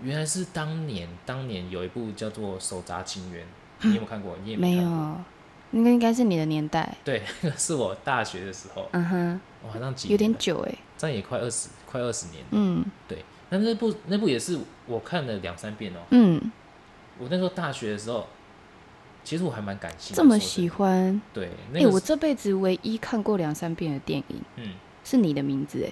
A: 原来是当年当年有一部叫做《手札情缘》，你有没有看过？你也
B: 嗯没
A: 看过，
B: 有，应该应该是你的年代。
A: 对，那个是我大学的时候，
B: 嗯哼，
A: 哇，那几
B: 有点
A: 久，
B: 久哎、
A: 这样也快二十快二十年了，
B: 嗯
A: 那那部那部也是我看了两三遍哦。
B: 嗯，
A: 我那时候大学的时候，其实我还蛮感性的，
B: 这么
A: 说真
B: 喜
A: 的
B: 欢
A: 对，
B: 哎、
A: 那个
B: 我
A: 是
B: 这辈子唯一看过两三遍的电影
A: 嗯，
B: 是你的名字哎、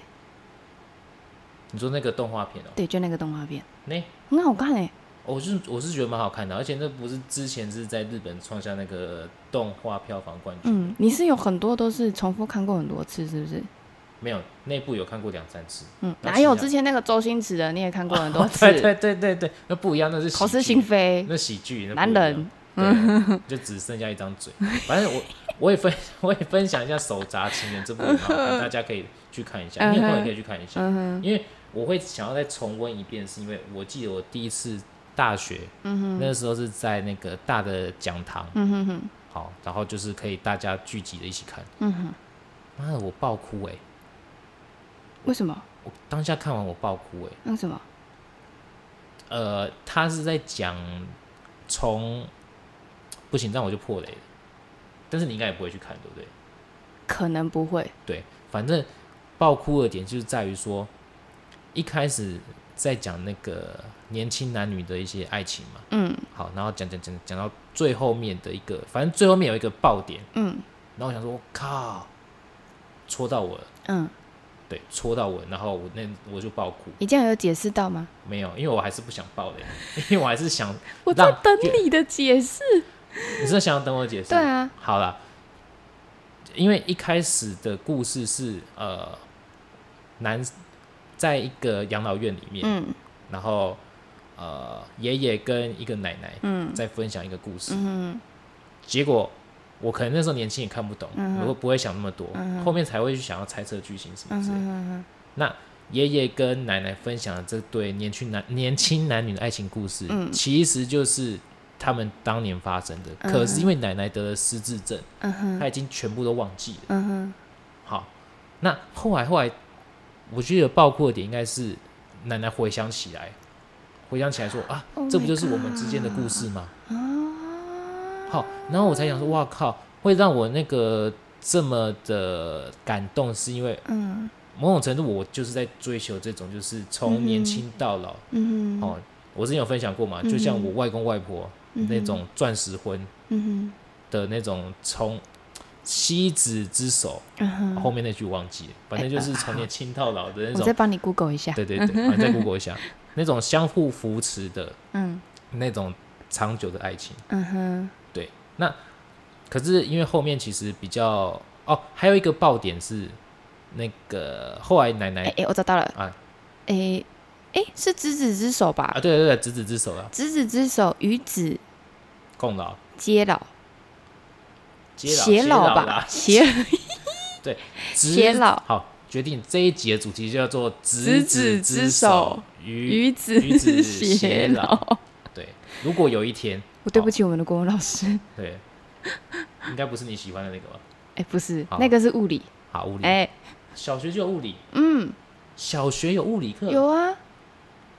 A: 你说那个动画片哦，
B: 对，就那个动画片
A: 那哦
B: 很好看哎、
A: 我就是我是觉得蛮好看的，而且那不是之前是在日本创下那个动画票房冠军，
B: 嗯，你是有很多都是重复看过很多次是不是？
A: 没有那部有看过两三次，
B: 嗯，
A: 那
B: 哪
A: 是
B: 有
A: 啊哦
B: 之前那个周星驰的你也看 过很啊多次，
A: 对对对对对，那不一样，那是
B: 口是
A: 喜剧
B: 心非，
A: 那喜剧，那
B: 男
A: 不一样
B: 人。
A: 对，啊就只剩下一张嘴。反正我我也分 我也分享一下《手札情人》这部很好 看，大家可以去看一下，你有空也可以去看一下。
B: 嗯哼，
A: 因为我会想要再重温一遍，是因为我记得我第一次大学，
B: 嗯哼，
A: 那个时候是在那个大的讲堂，
B: 嗯哼哼，
A: 好，然后就是可以大家聚集的一起看。
B: 嗯哼，
A: 妈的，我爆哭哎、
B: 为什么？
A: 我当下看完我爆哭哎、
B: 那什么？
A: 呃，他是在讲从，不行，这样我就破雷了。但是你应该也不会去看，对不对？
B: 可能不会，
A: 对，反正爆哭的点就是在于说，一开始在讲那个年轻男女的一些爱情嘛，
B: 嗯
A: 好，然后讲讲讲讲到最后面的一个，反正最后面有一个爆点，
B: 嗯
A: 然后我想说，我靠，戳到我了，
B: 嗯，
A: 对，戳到我了，然后我那我就爆哭，
B: 你这样有解释到吗？
A: 没有，因为我还是不想爆雷， 因为我还是想，
B: 我在
A: 让
B: 等你的解释。
A: 你是想要等我解释？
B: 对啊，
A: 好啦，因为一开始的故事是呃，男在一个养老院里面，
B: 嗯
A: 然后呃，爷爷跟一个奶奶
B: 嗯
A: 在分享一个故事，
B: 嗯
A: 结果我可能那时候年轻也看不懂，
B: 嗯哼
A: 我不不会想那么多，
B: 嗯哼
A: 后面才会去想要猜测剧情什么
B: 嗯
A: 之类的。
B: 哼
A: 爷爷跟奶奶分享的这对年轻男年轻男女的爱情故事，
B: 嗯
A: 其实就是他们当年发生的。
B: 嗯哼
A: 可是因为奶奶得了失智症，
B: 嗯哼
A: 她已经全部都忘记了。
B: 嗯哼
A: 好，那后来后来，我觉得爆哭的点应该是奶奶回想起来，回想起来说啊
B: Oh，
A: 这不
B: my
A: 就是我们之间的故事吗？
B: 啊，
A: 好，然后我才想说，哇靠，会让我那个这么的感动，是因为
B: 嗯
A: 某种程度我就是在追求这种，就是从年轻到老。
B: 嗯哼
A: 哦，我之前有分享过嘛，就像我外公外婆、
B: 嗯哼
A: 那种钻石婚
B: 嗯
A: 的那种从。妻子之手，
B: 哼嗯哼，
A: 后面那句忘记了，反正就是从年轻到老的那
B: 我
A: 种
B: 再帮你 Google 一下，
A: 对对对，你再 Google 一下，那种相互扶持的
B: 嗯
A: 那种长久的爱情。
B: 嗯哼
A: 可是因为后面其实比较哦，还有一个爆点是那个后来奶奶、
B: 哎哎，呃我找到了
A: 啊
B: 哎哎是执子之手吧
A: 啊，？对对对，执子之手啊，
B: 执子之手，与子
A: 共老、
B: 偕老，
A: 偕老、
B: 偕
A: 老
B: 吧？
A: 啦，
B: 偕
A: 执
B: 偕老
A: 好，决定这一集的主题就叫做
B: 执
A: 子
B: 子之
A: 手
B: 手
A: 与
B: 与子
A: 与子偕
B: 偕老。
A: 对。如果有一天，
B: 我对不
A: 好
B: 起我们的国文老师，
A: 对，应该不是你喜欢的那个吧？
B: 哎不是
A: 好，
B: 那个是物理，
A: 好，物理，
B: 哎
A: 小学就有物理，
B: 嗯
A: 小学有物理课，
B: 有啊，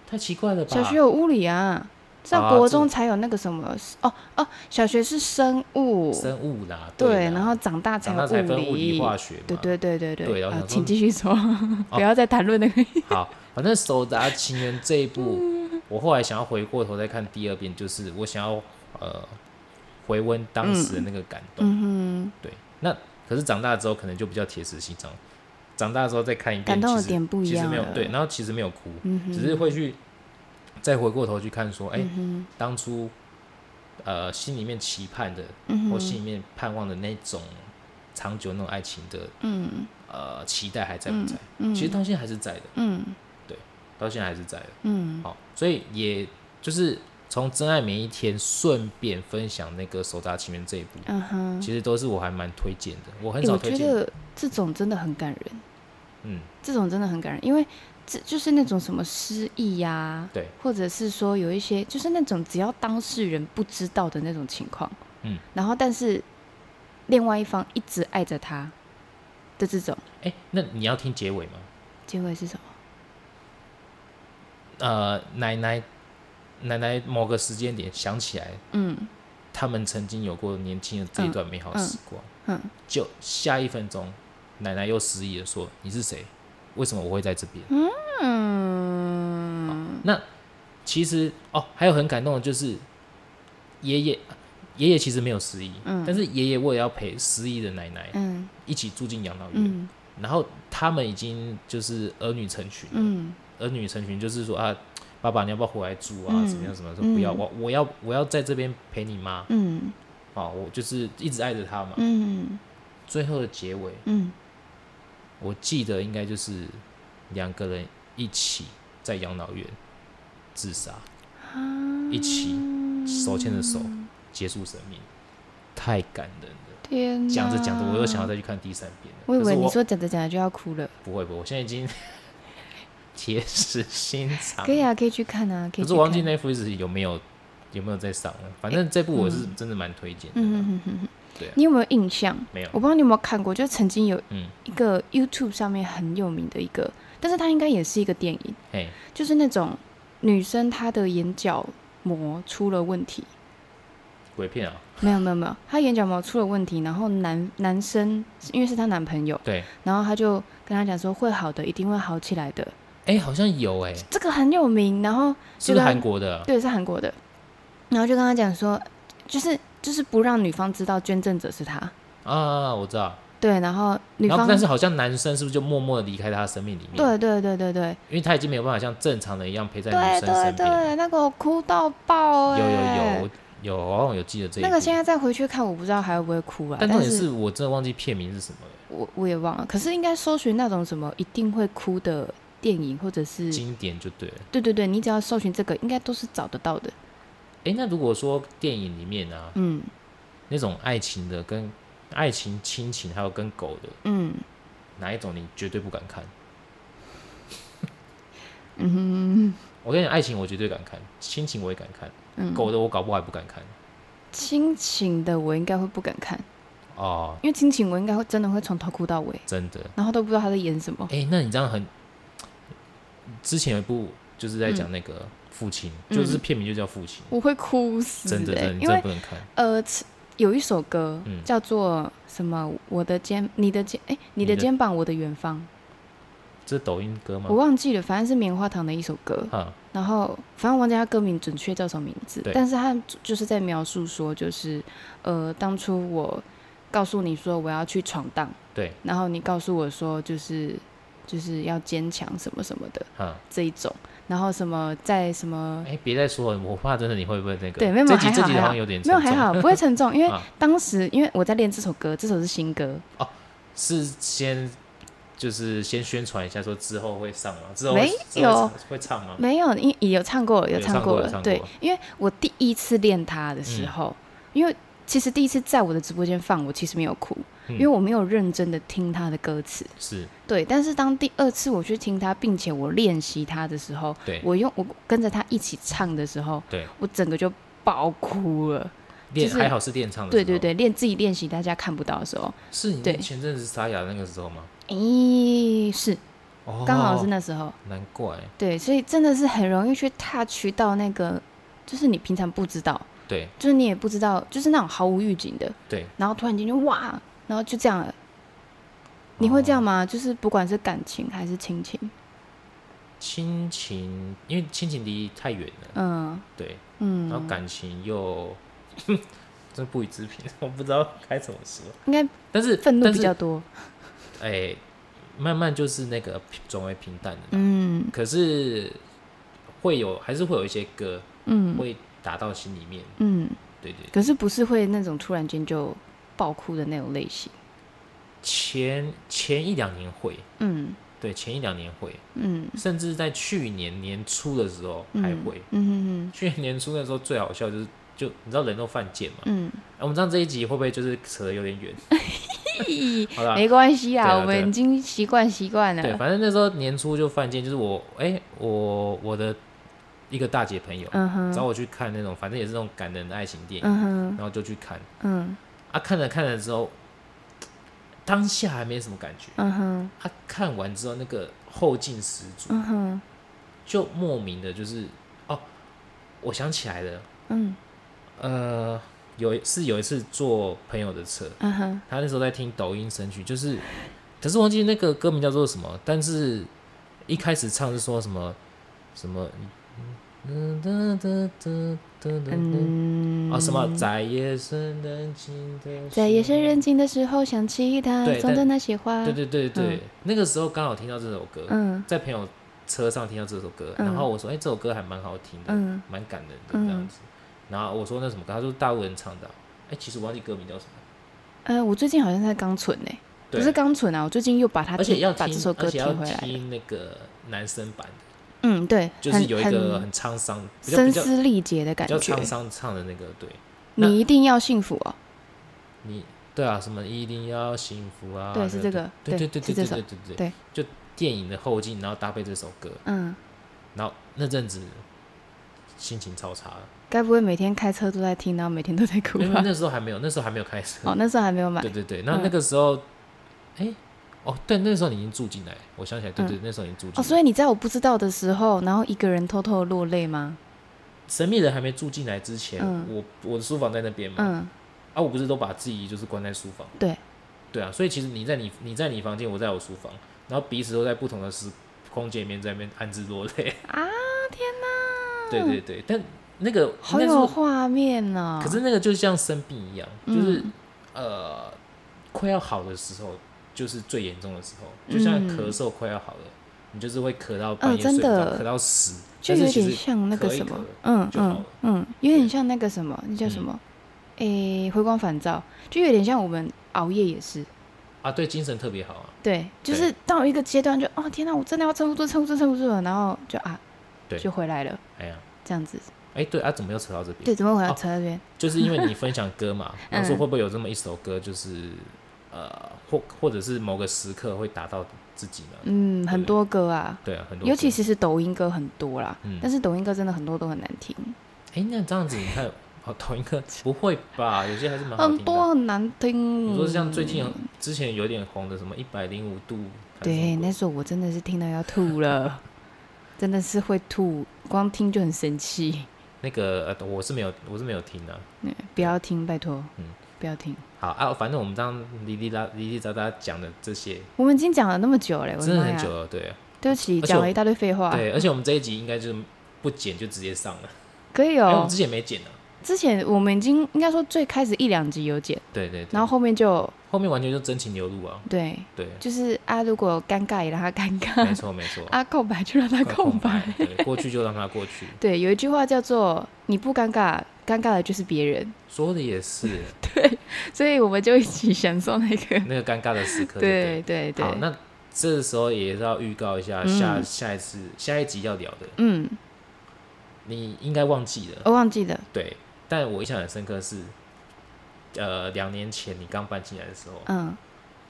A: 太奇怪了吧？
B: 小学有物理啊，上国中才有那个什么、哦哦，小学是生物，
A: 生物啦，
B: 对，
A: 啦
B: 然后长大才
A: 长
B: 有
A: 大才分物理
B: 理，
A: 化学嘛，
B: 对对对对对，
A: 对然后
B: 啊
A: 想说哦
B: 请继续说，不要再谈论那个。
A: 好，反正《手达情缘》这一部，我后来想要回过头再看第二遍，就是我想要呃回温当时的那个感动。
B: 嗯
A: 对，那可是长大之后可能就比较铁石心肠，长大之后再看一遍，
B: 感动的
A: 其实
B: 点不一
A: 其实
B: 样
A: 没有
B: 了
A: 对，然后其实没有哭，
B: 嗯哼
A: 只是会去再回过头去看说，哎、
B: 嗯哼
A: 当初呃心里面期盼的
B: 嗯
A: 或
B: 哼
A: 心里面盼望的那种长久那种爱情的
B: 嗯
A: 呃期待还在不在？
B: 嗯
A: 其实到现在还是在的，
B: 嗯
A: 到现在还是在的。
B: 嗯
A: 好，所以也就是从《真爱每一天》顺便分享那个《手札情缘》这一部，
B: 嗯哼，
A: 其实都是我还蛮推荐的，我很
B: 欸
A: 少
B: 我
A: 推
B: 觉
A: 荐。
B: 得这种真的很感人，
A: 嗯，
B: 这种真的很感人，因为这就是那种什么啊失忆呀、
A: 对，
B: 或者是说有一些就是那种只要当事人不知道的那种情况，
A: 嗯，
B: 然后但是另外一方一直爱着他的这种，
A: 哎，那你要听结尾吗？
B: 结尾是什么？
A: 呃，奶奶，奶奶某个时间点想起来，
B: 嗯
A: 他们曾经有过年轻的这一段美好的时光，
B: 嗯
A: 就下一分钟，奶奶又失忆的说：“你是谁？为什么我会在这边？”
B: 嗯，
A: 那其实哦，还有很感动的就是爷爷，爷爷其实没有失忆，
B: 嗯
A: 但是爷爷为了要陪失忆的奶奶
B: 嗯
A: 一起住进养老院，
B: 嗯
A: 然后他们已经就是儿女成群，
B: 嗯
A: 儿女成群就是说啊，爸爸你要不要回来住啊？
B: 嗯
A: 怎么样怎么样？说不要，
B: 嗯
A: 我我要我要在这边陪你妈
B: 嗯
A: 啊，我就是一直爱着她嘛。
B: 嗯
A: 最后的结尾，
B: 嗯，
A: 我记得应该就是两个人一起在养老院自杀。
B: 嗯
A: 一起手牵着手结束生命，太感人了。
B: 天哪，
A: 讲着讲着，我又想要再去看第三遍了。
B: 我以
A: 可
B: 为
A: 是
B: 你说讲着讲着就要哭了，
A: 不会不会，我现在已经 铁石心肠。
B: 可以啊，可以去看啊，可以去看。
A: 可是我忘记 Netflix 有没有有没有在上了。反正这部我是真的蛮推荐的啦。
B: 嗯嗯哼哼哼
A: 对啊
B: 你有没有印象？
A: 没有
B: 我，不知道你有没有看过，就曾经有
A: 嗯，
B: 一个 YouTube 上面很有名的一个，但是它应该也是一个电影，
A: 嘿，
B: 就是那种女生她的眼角膜出了问题，
A: 鬼片啊，
B: 没有没有没有，她眼角膜出了问题，然后男男生因为是她男朋友，
A: 对，
B: 然后他就跟她讲说会好的，一定会好起来的，
A: 哎，好像有哎，
B: 这个很有名，然后
A: 是不是韩国的啊？
B: 对，是韩国的。然后就跟他讲说，就是就是不让女方知道捐赠者是他，
A: 啊，我知道。
B: 对，然后女
A: 然后，
B: 方
A: 但是好像男生是不是就默默的离开他的生命里面？，
B: 对对对对对
A: 因为他已经没有办法像正常人一样陪在女生
B: 对对
A: 身边。
B: 对，那个我哭到爆
A: 有
B: 哎、
A: 有有有，我好像有记得这一
B: 那个
A: 部
B: 现在再回去看，我不知道还会不会哭啊。
A: 但
B: 但
A: 重点
B: 是
A: 是我真的忘记片名是什么了，
B: 我我也忘了，可是应该搜寻那种什么一定会哭的电影，或者是
A: 经典就对了。
B: 对对对，你只要搜寻这个，应该都是找得到的。
A: 诶，那如果说电影里面啊，
B: 嗯
A: 那种爱情的、跟爱情、亲情，还有跟狗的，
B: 嗯
A: 哪一种你绝对不敢看？
B: 嗯
A: 我跟你讲，爱情我绝对敢看，亲情我也敢看，
B: 嗯，
A: 狗的我搞不好还不敢看
B: 亲情的我应该会不敢看，
A: 哦，
B: 因为亲情我应该会真的会从头哭到尾。
A: 真的。
B: 然后都不知道他在演什么。
A: 诶，那你这样很，之前有一部就是在讲那个父亲，就是
B: 嗯
A: 片名就叫父亲，
B: 我会哭死、欸，
A: 真的真的，你
B: 因
A: 真的
B: 为
A: 不能看。
B: 呃，此有一首歌、
A: 嗯
B: 叫做什么？我的肩，你的肩，哎、
A: 你
B: 你的
A: 的
B: 肩膀，我的远方，
A: 这是抖音歌吗
B: 我？忘记了，反正是棉花糖的一首歌。
A: 啊，
B: 然后反正忘记他歌名准确叫什么名字
A: 对，
B: 但是他就是在描述说，就是呃，当初我告诉你说我要去闯荡，
A: 对，
B: 然后你告诉我说就是就是要坚强什么什么的
A: 啊，
B: 这一种，然后什么在什么
A: 诶，别再说了，我怕真的你会不会那个？
B: 对没有
A: 这
B: 还
A: 集这
B: 好
A: 集好
B: 还
A: 像
B: 好
A: 有点
B: 没有
A: 沉
B: 还
A: 重
B: 好，不会沉重，因为
A: 啊
B: 当时因为我在练这首歌，这首是新歌，
A: 是先就是先宣传一下，说之后会上吗？之后
B: 没
A: 之后
B: 有
A: 会会唱吗？
B: 没有，因也有唱过，有唱
A: 有唱过有
B: 过
A: 嗯
B: 了
A: 唱，
B: 对
A: 过，
B: 因为我第一次练它的时候，因为其实第一次在我的直播间放，我其实没有哭，
A: 嗯
B: 因为我没有认真的听它的歌词，
A: 是，
B: 对，但是当第二次我去听它，并且我练习它的时候，
A: 对
B: 我用我跟着它一起唱的时候，
A: 对，
B: 我整个就爆哭了，
A: 练
B: 就是
A: 还好是练唱的，
B: 对对，对，练自己练习大家看不到的时候，
A: 是你
B: 对
A: 那前阵子沙哑的那个时候吗？
B: 咦，是
A: 哦，
B: 刚好是，那时候。
A: 难怪，
B: 对，所以真的是很容易去 touch 到那个就是你平常不知道，
A: 对
B: 就是你也不知道，就是那种毫无预警的，
A: 对，
B: 然后突然间就哇，然后就这样了。你会这样
A: 哦
B: 吗？就是不管是感情还是亲情，
A: 亲情，因为亲情离太远了，
B: 嗯
A: 对，然后
B: 嗯，
A: 感情又 真不予置评，我不知道该怎么说。
B: 应该
A: 但是
B: 愤怒
A: 但
B: 比
A: 是
B: 较多，
A: 哎、慢慢就是那个平转为平淡的嘛，
B: 嗯
A: 可是会有还是会有一些歌
B: 嗯
A: 会打到心里面，
B: 嗯，
A: 对对。
B: 可是不是会那种突然间就爆哭的那种类型，
A: 前前一两年会，
B: 嗯
A: 对，前一两年会，
B: 嗯
A: 甚至在去年年初的时候
B: 嗯，
A: 还会。
B: 嗯嗯
A: 去年年初那时候最好笑就是，就你知道人都犯贱嘛。
B: 嗯，
A: 哎我们这样这一集会不会就是扯得有点 远？
B: 嗯
A: 好啦，
B: 没关系
A: 啊对
B: 啊，
A: 啊
B: 我
A: 对
B: 们
A: 啊
B: 已经习惯习惯
A: 对，
B: 了，
A: 反正那时候年初就犯贱，就是我，哎、我我的一个大姐朋友、
B: 嗯
A: 找
B: 哼，
A: 我去看那种，反正也是那种感人的爱情电影，
B: 嗯哼，
A: 然后就去看
B: 嗯
A: 啊，看了看了之后，当下还没什么感觉，
B: 嗯哼，
A: 啊，看完之后那个后劲十足，
B: 嗯哼，
A: 就莫名的就是哦，我想起来了，
B: 嗯
A: 呃，有一是有一次坐朋友的车，
B: 嗯哼，
A: 他那时候在听抖音神曲，就是，可是忘记那个歌名叫做什么，但是一开始唱是说什么什么，嗯嗯嗯嗯嗯嗯
B: 嗯，
A: 啊什么在夜深人静的，
B: 在夜深人，静的时候想起他
A: 对
B: 送的
A: 但
B: 那些花，
A: 对对对对，那个时候刚好听到这首歌，
B: 啊嗯
A: 在朋友车上听到这首歌，
B: 嗯
A: 然后我说，哎、这首歌还蛮好听的，
B: 嗯
A: 蛮感人的
B: 嗯
A: 这样子，然后我说那什么歌，他说大陆人唱的啊，哎、其实我忘记歌名叫什么，
B: 呃，我最近好像在刚存呢，不
A: 对
B: 是刚存啊，我最近又把它
A: 而且
B: 听
A: 要听，
B: 把这首歌
A: 而且
B: 听
A: 要
B: 回来了，
A: 听那个男生版的，
B: 嗯，对，
A: 就是有一个
B: 很
A: 很沧桑，比较
B: 声
A: 比较
B: 嘶力竭的
A: 比
B: 感
A: 较
B: 觉
A: 沧。桑唱的那个，对那
B: 你一定要幸福哦，
A: 你对啊，什么一定要幸福啊，
B: 对，是这个，
A: 对对对对
B: 是这
A: 对
B: 首
A: 对，对对，就电影的后劲，然后搭配这首歌，
B: 嗯，
A: 然后那阵子心情超差了，
B: 该不会每天开车都在听，然后每天都在哭
A: 因为
B: 吧？
A: 那时候还没有，那时候还没有开始，
B: 哦，那时候还没有买
A: 对，对对，那
B: 嗯
A: 那个时候，哎，哦，对，那时候你已经住进来，我想起来，对对，那时候你住
B: 哦，
A: 进
B: 所
A: 来，
B: 以你在我不知道的时候，然后一个人偷偷地落泪吗？
A: 神秘人还没住进来之前
B: 嗯，
A: 我我的书房在那边嘛，
B: 嗯，
A: 啊，我不是都把自己就是关在书房？
B: 对，
A: 对啊，所以其实你在你你在你房间，我在我书房，然后彼此都在不同的时空间里面在那边暗自落泪。
B: 啊，天哪！
A: 对对，对，但那个
B: 嗯好
A: 那时候
B: 有画面呢。
A: 可是那个就像生病一样，就是、
B: 嗯
A: 呃快要好的时候，就是最严重的时候，就像
B: 嗯哦
A: 咳嗽快要好了，你就是会咳到半夜
B: 真
A: 睡不着，
B: 的
A: 咳到死，
B: 就
A: 但
B: 有
A: 是其
B: 点
A: 实
B: 像那个
A: 咳一
B: 什
A: 咳
B: 么，嗯
A: 就好
B: 嗯
A: 了
B: 嗯，有点
A: 对
B: 像那个什么，那叫什
A: 嗯
B: 么？诶、回光返照，就有点像我们熬夜也是，
A: 啊，对精神特别好啊，
B: 对，就
A: 对
B: 是到一个阶段就哦天哪，我真的要撑不住，撑不住，撑不住了，然后就啊，
A: 对
B: 就回来了，
A: 哎呀，
B: 这样子。
A: 哎对啊，怎么又扯到这边？
B: 对，怎么回来
A: 哦
B: 扯那边？
A: 就是因为你分享歌 嘛，
B: 嗯
A: 然后说会不会有这么一首歌，就是呃，或或者是某个时刻会打到自己呢？
B: 嗯，很
A: 对
B: 多歌啊，
A: 对啊，很多歌。
B: 尤其其实抖音歌很多啦，
A: 嗯
B: 但是抖音歌真的很多都很难听，
A: 哎，那这样子你看，哦，同一 个不会吧？有些还是蛮好
B: 很
A: 听的。
B: 多嗯很难听。
A: 你说像最近之前有点红的什么一百零五度，还是什
B: 对，
A: 么
B: 那时候我真的是听到要 吐了，真的是会吐，光听就很生气。
A: 那个呃，我是没有我是没有听的、
B: 嗯不要听，拜托，
A: 嗯
B: 不要听。
A: 好啊，反正我们这样哩哩啦哩哩喳喳讲的这些，
B: 我们已经讲了那么久哎了，我
A: 真的
B: 妈
A: 很
B: 呀
A: 久了，对啊
B: 对不起，
A: 而且
B: 讲
A: 我
B: 了一大堆废话。
A: 对，而且我们这一集应该就是不剪就直接上了，
B: 可以
A: 因为我
B: 哦
A: 们之。前没剪啊。
B: 之前我们已经应该说最开始一两集有剪，
A: 对对对，
B: 然后后面就
A: 后面完全就真情流露啊，
B: 对，
A: 对，
B: 就是啊，如果尴尬也让他尴
A: 没
B: 尬，
A: 错没错，
B: 啊，空白就让他
A: 快
B: 空白。，
A: 对，过去就让它过去，
B: 对，有一句话叫做“你不尴尬，尴尬的就是别人”，
A: 说的也是
B: 所以我们就一起享受那个。
A: 那个尴尬的时刻，
B: 对
A: 对
B: 对
A: 不对。好，
B: 对，
A: 那这时候也是要预告一下
B: 嗯
A: 下下一次下一集要聊的，
B: 嗯，
A: 你应该忘记了，
B: 我忘记了，
A: 对，但我印象很深刻是。呃，两年前你刚搬进来的时候，
B: 嗯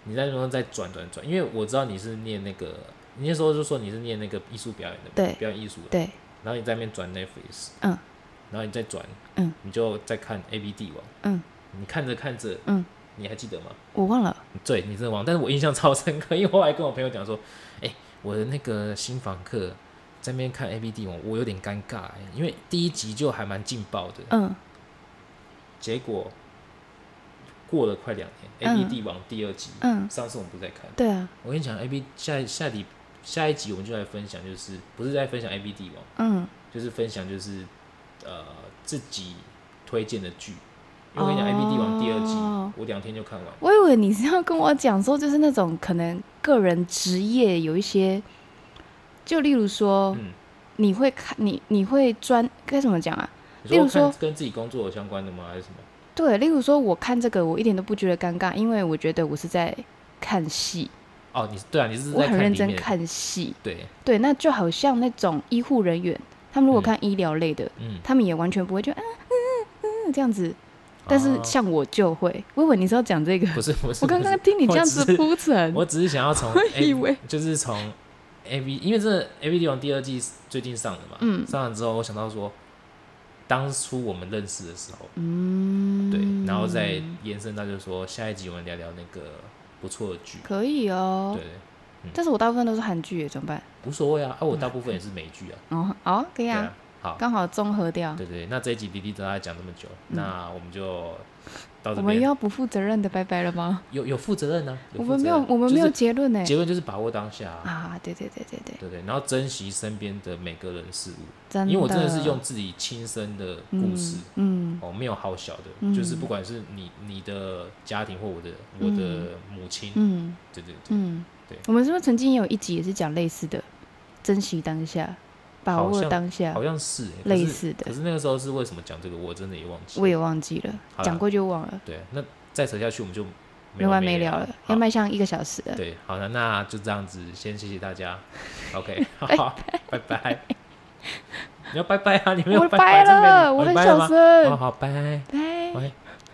A: 你在那边在转转转，因为我知道你是念那个，你那时候就说你是念那个艺术表演的嘛，
B: 对
A: 表演艺术的，
B: 对，
A: 然后你在那边转 Netflix，
B: 嗯，
A: 然后你再转，
B: 嗯，
A: 你就在看 A B 帝王，
B: 嗯，
A: 你看着看着，
B: 嗯，
A: 你还记得吗？
B: 我忘了，
A: 对，你真的忘了，但是我印象超深刻，因为我还跟我朋友讲说，哎、我的那个新房客在那边看 A B D 网，我有点尴尬、欸，因为第一集就还蛮劲爆的，
B: 嗯，
A: 结果过了快两年、
B: 嗯
A: a B D 网第二集，
B: 嗯
A: 上次我们不在看，
B: 对啊，
A: 我跟你讲，A B 下下底下一集我们就来分享，就是不是在分享 A B D 网，
B: 嗯，
A: 就是分享就是呃自己推荐的剧，因为我跟你讲 A B D 网第二集
B: 哦
A: 我两天就看完，
B: 我以为你是要跟我讲说，就是那种可能个人职业有一些，就例如说，
A: 嗯，
B: 你会看你你会专该怎么讲啊？
A: 你
B: 例
A: 说
B: 如
A: 我看
B: 说
A: 跟自己工作有相关的吗？还是什么？
B: 对，例如说，我看这个我一点都不觉得尴尬，因为我觉得我是在看戏，
A: 哦，你对啊，你是
B: 我
A: 在
B: 很
A: 看
B: 认
A: 里
B: 真
A: 面，
B: 看戏。
A: 对，
B: 对，那就好像那种医护人员，他们如
A: 嗯
B: 果看医疗类的，
A: 嗯，
B: 他们也完全不会就啊嗯嗯这样子，但是
A: 哦
B: 像我就会。我以为你是要讲这个，
A: 不是不是，
B: 我刚
A: 不
B: 刚
A: 是
B: 听你这样
A: 我
B: 子
A: 只是
B: 铺陈，
A: 我只是想要从
B: 我
A: A
B: 以为
A: 就是从 A V，因为这 A V 帝王第二季最近上的嘛，
B: 嗯
A: 上了之后我想到说，当初我们认识的时候，
B: 嗯，
A: 对，然后再延伸到就是说下一集我们聊聊那个不错的剧，
B: 可以哦、
A: 对，
B: 但是我大部分都是韩剧耶，怎么办？
A: 无所谓啊，啊我大部分也是美剧啊，
B: 哦，哦，可以
A: 对
B: 嗯啊
A: 啊，，好，
B: 刚好综合掉。
A: 对对，那这一集滴滴跟大家讲这么久，那我们就到
B: 我
A: 这
B: 们又
A: 边，
B: 要不负责任的拜拜了吗？
A: 有有负责任呢，
B: 我
A: 负
B: 们
A: 责
B: 没有，
A: 任
B: 我们没有
A: 就是
B: 结论呢。
A: 结论就是把握当下啊，
B: 啊，对对对对对，
A: 对对，然后珍惜身边的每个人事物。
B: 真的。
A: 因为我真的是用自己亲身的故事，
B: 嗯，
A: 哦，没有好小的，
B: 嗯
A: 就是不管是你你的家庭或我的我的母亲，
B: 嗯
A: 对对对，
B: 嗯
A: 对
B: 嗯，我们是不是曾经有一集也是讲类似的，珍惜当下，把
A: 好
B: 握
A: 像
B: 当下
A: 好，像是、欸、可
B: 啊类
A: 是
B: 似的
A: 可是那个时候是为什么讲这个，我真的也忘记。
B: 我也忘记了，
A: 好啦
B: 讲过就忘了，
A: 对，那再扯下去我们就
B: 没
A: 完
B: 完没
A: 了
B: 了了，
A: 好
B: 要迈向一个小时了。
A: 对，好了，那就这样子，先谢谢大 家，OK，好，拜拜。 你要拜拜啊！你没有
B: 我
A: 拜
B: 掰
A: 真没礼
B: 了，
A: 哦
B: 我
A: 你
B: 很
A: 掰了
B: 小
A: 吗哦，
B: 声，
A: 好，拜，
B: 拜。
A: 喂。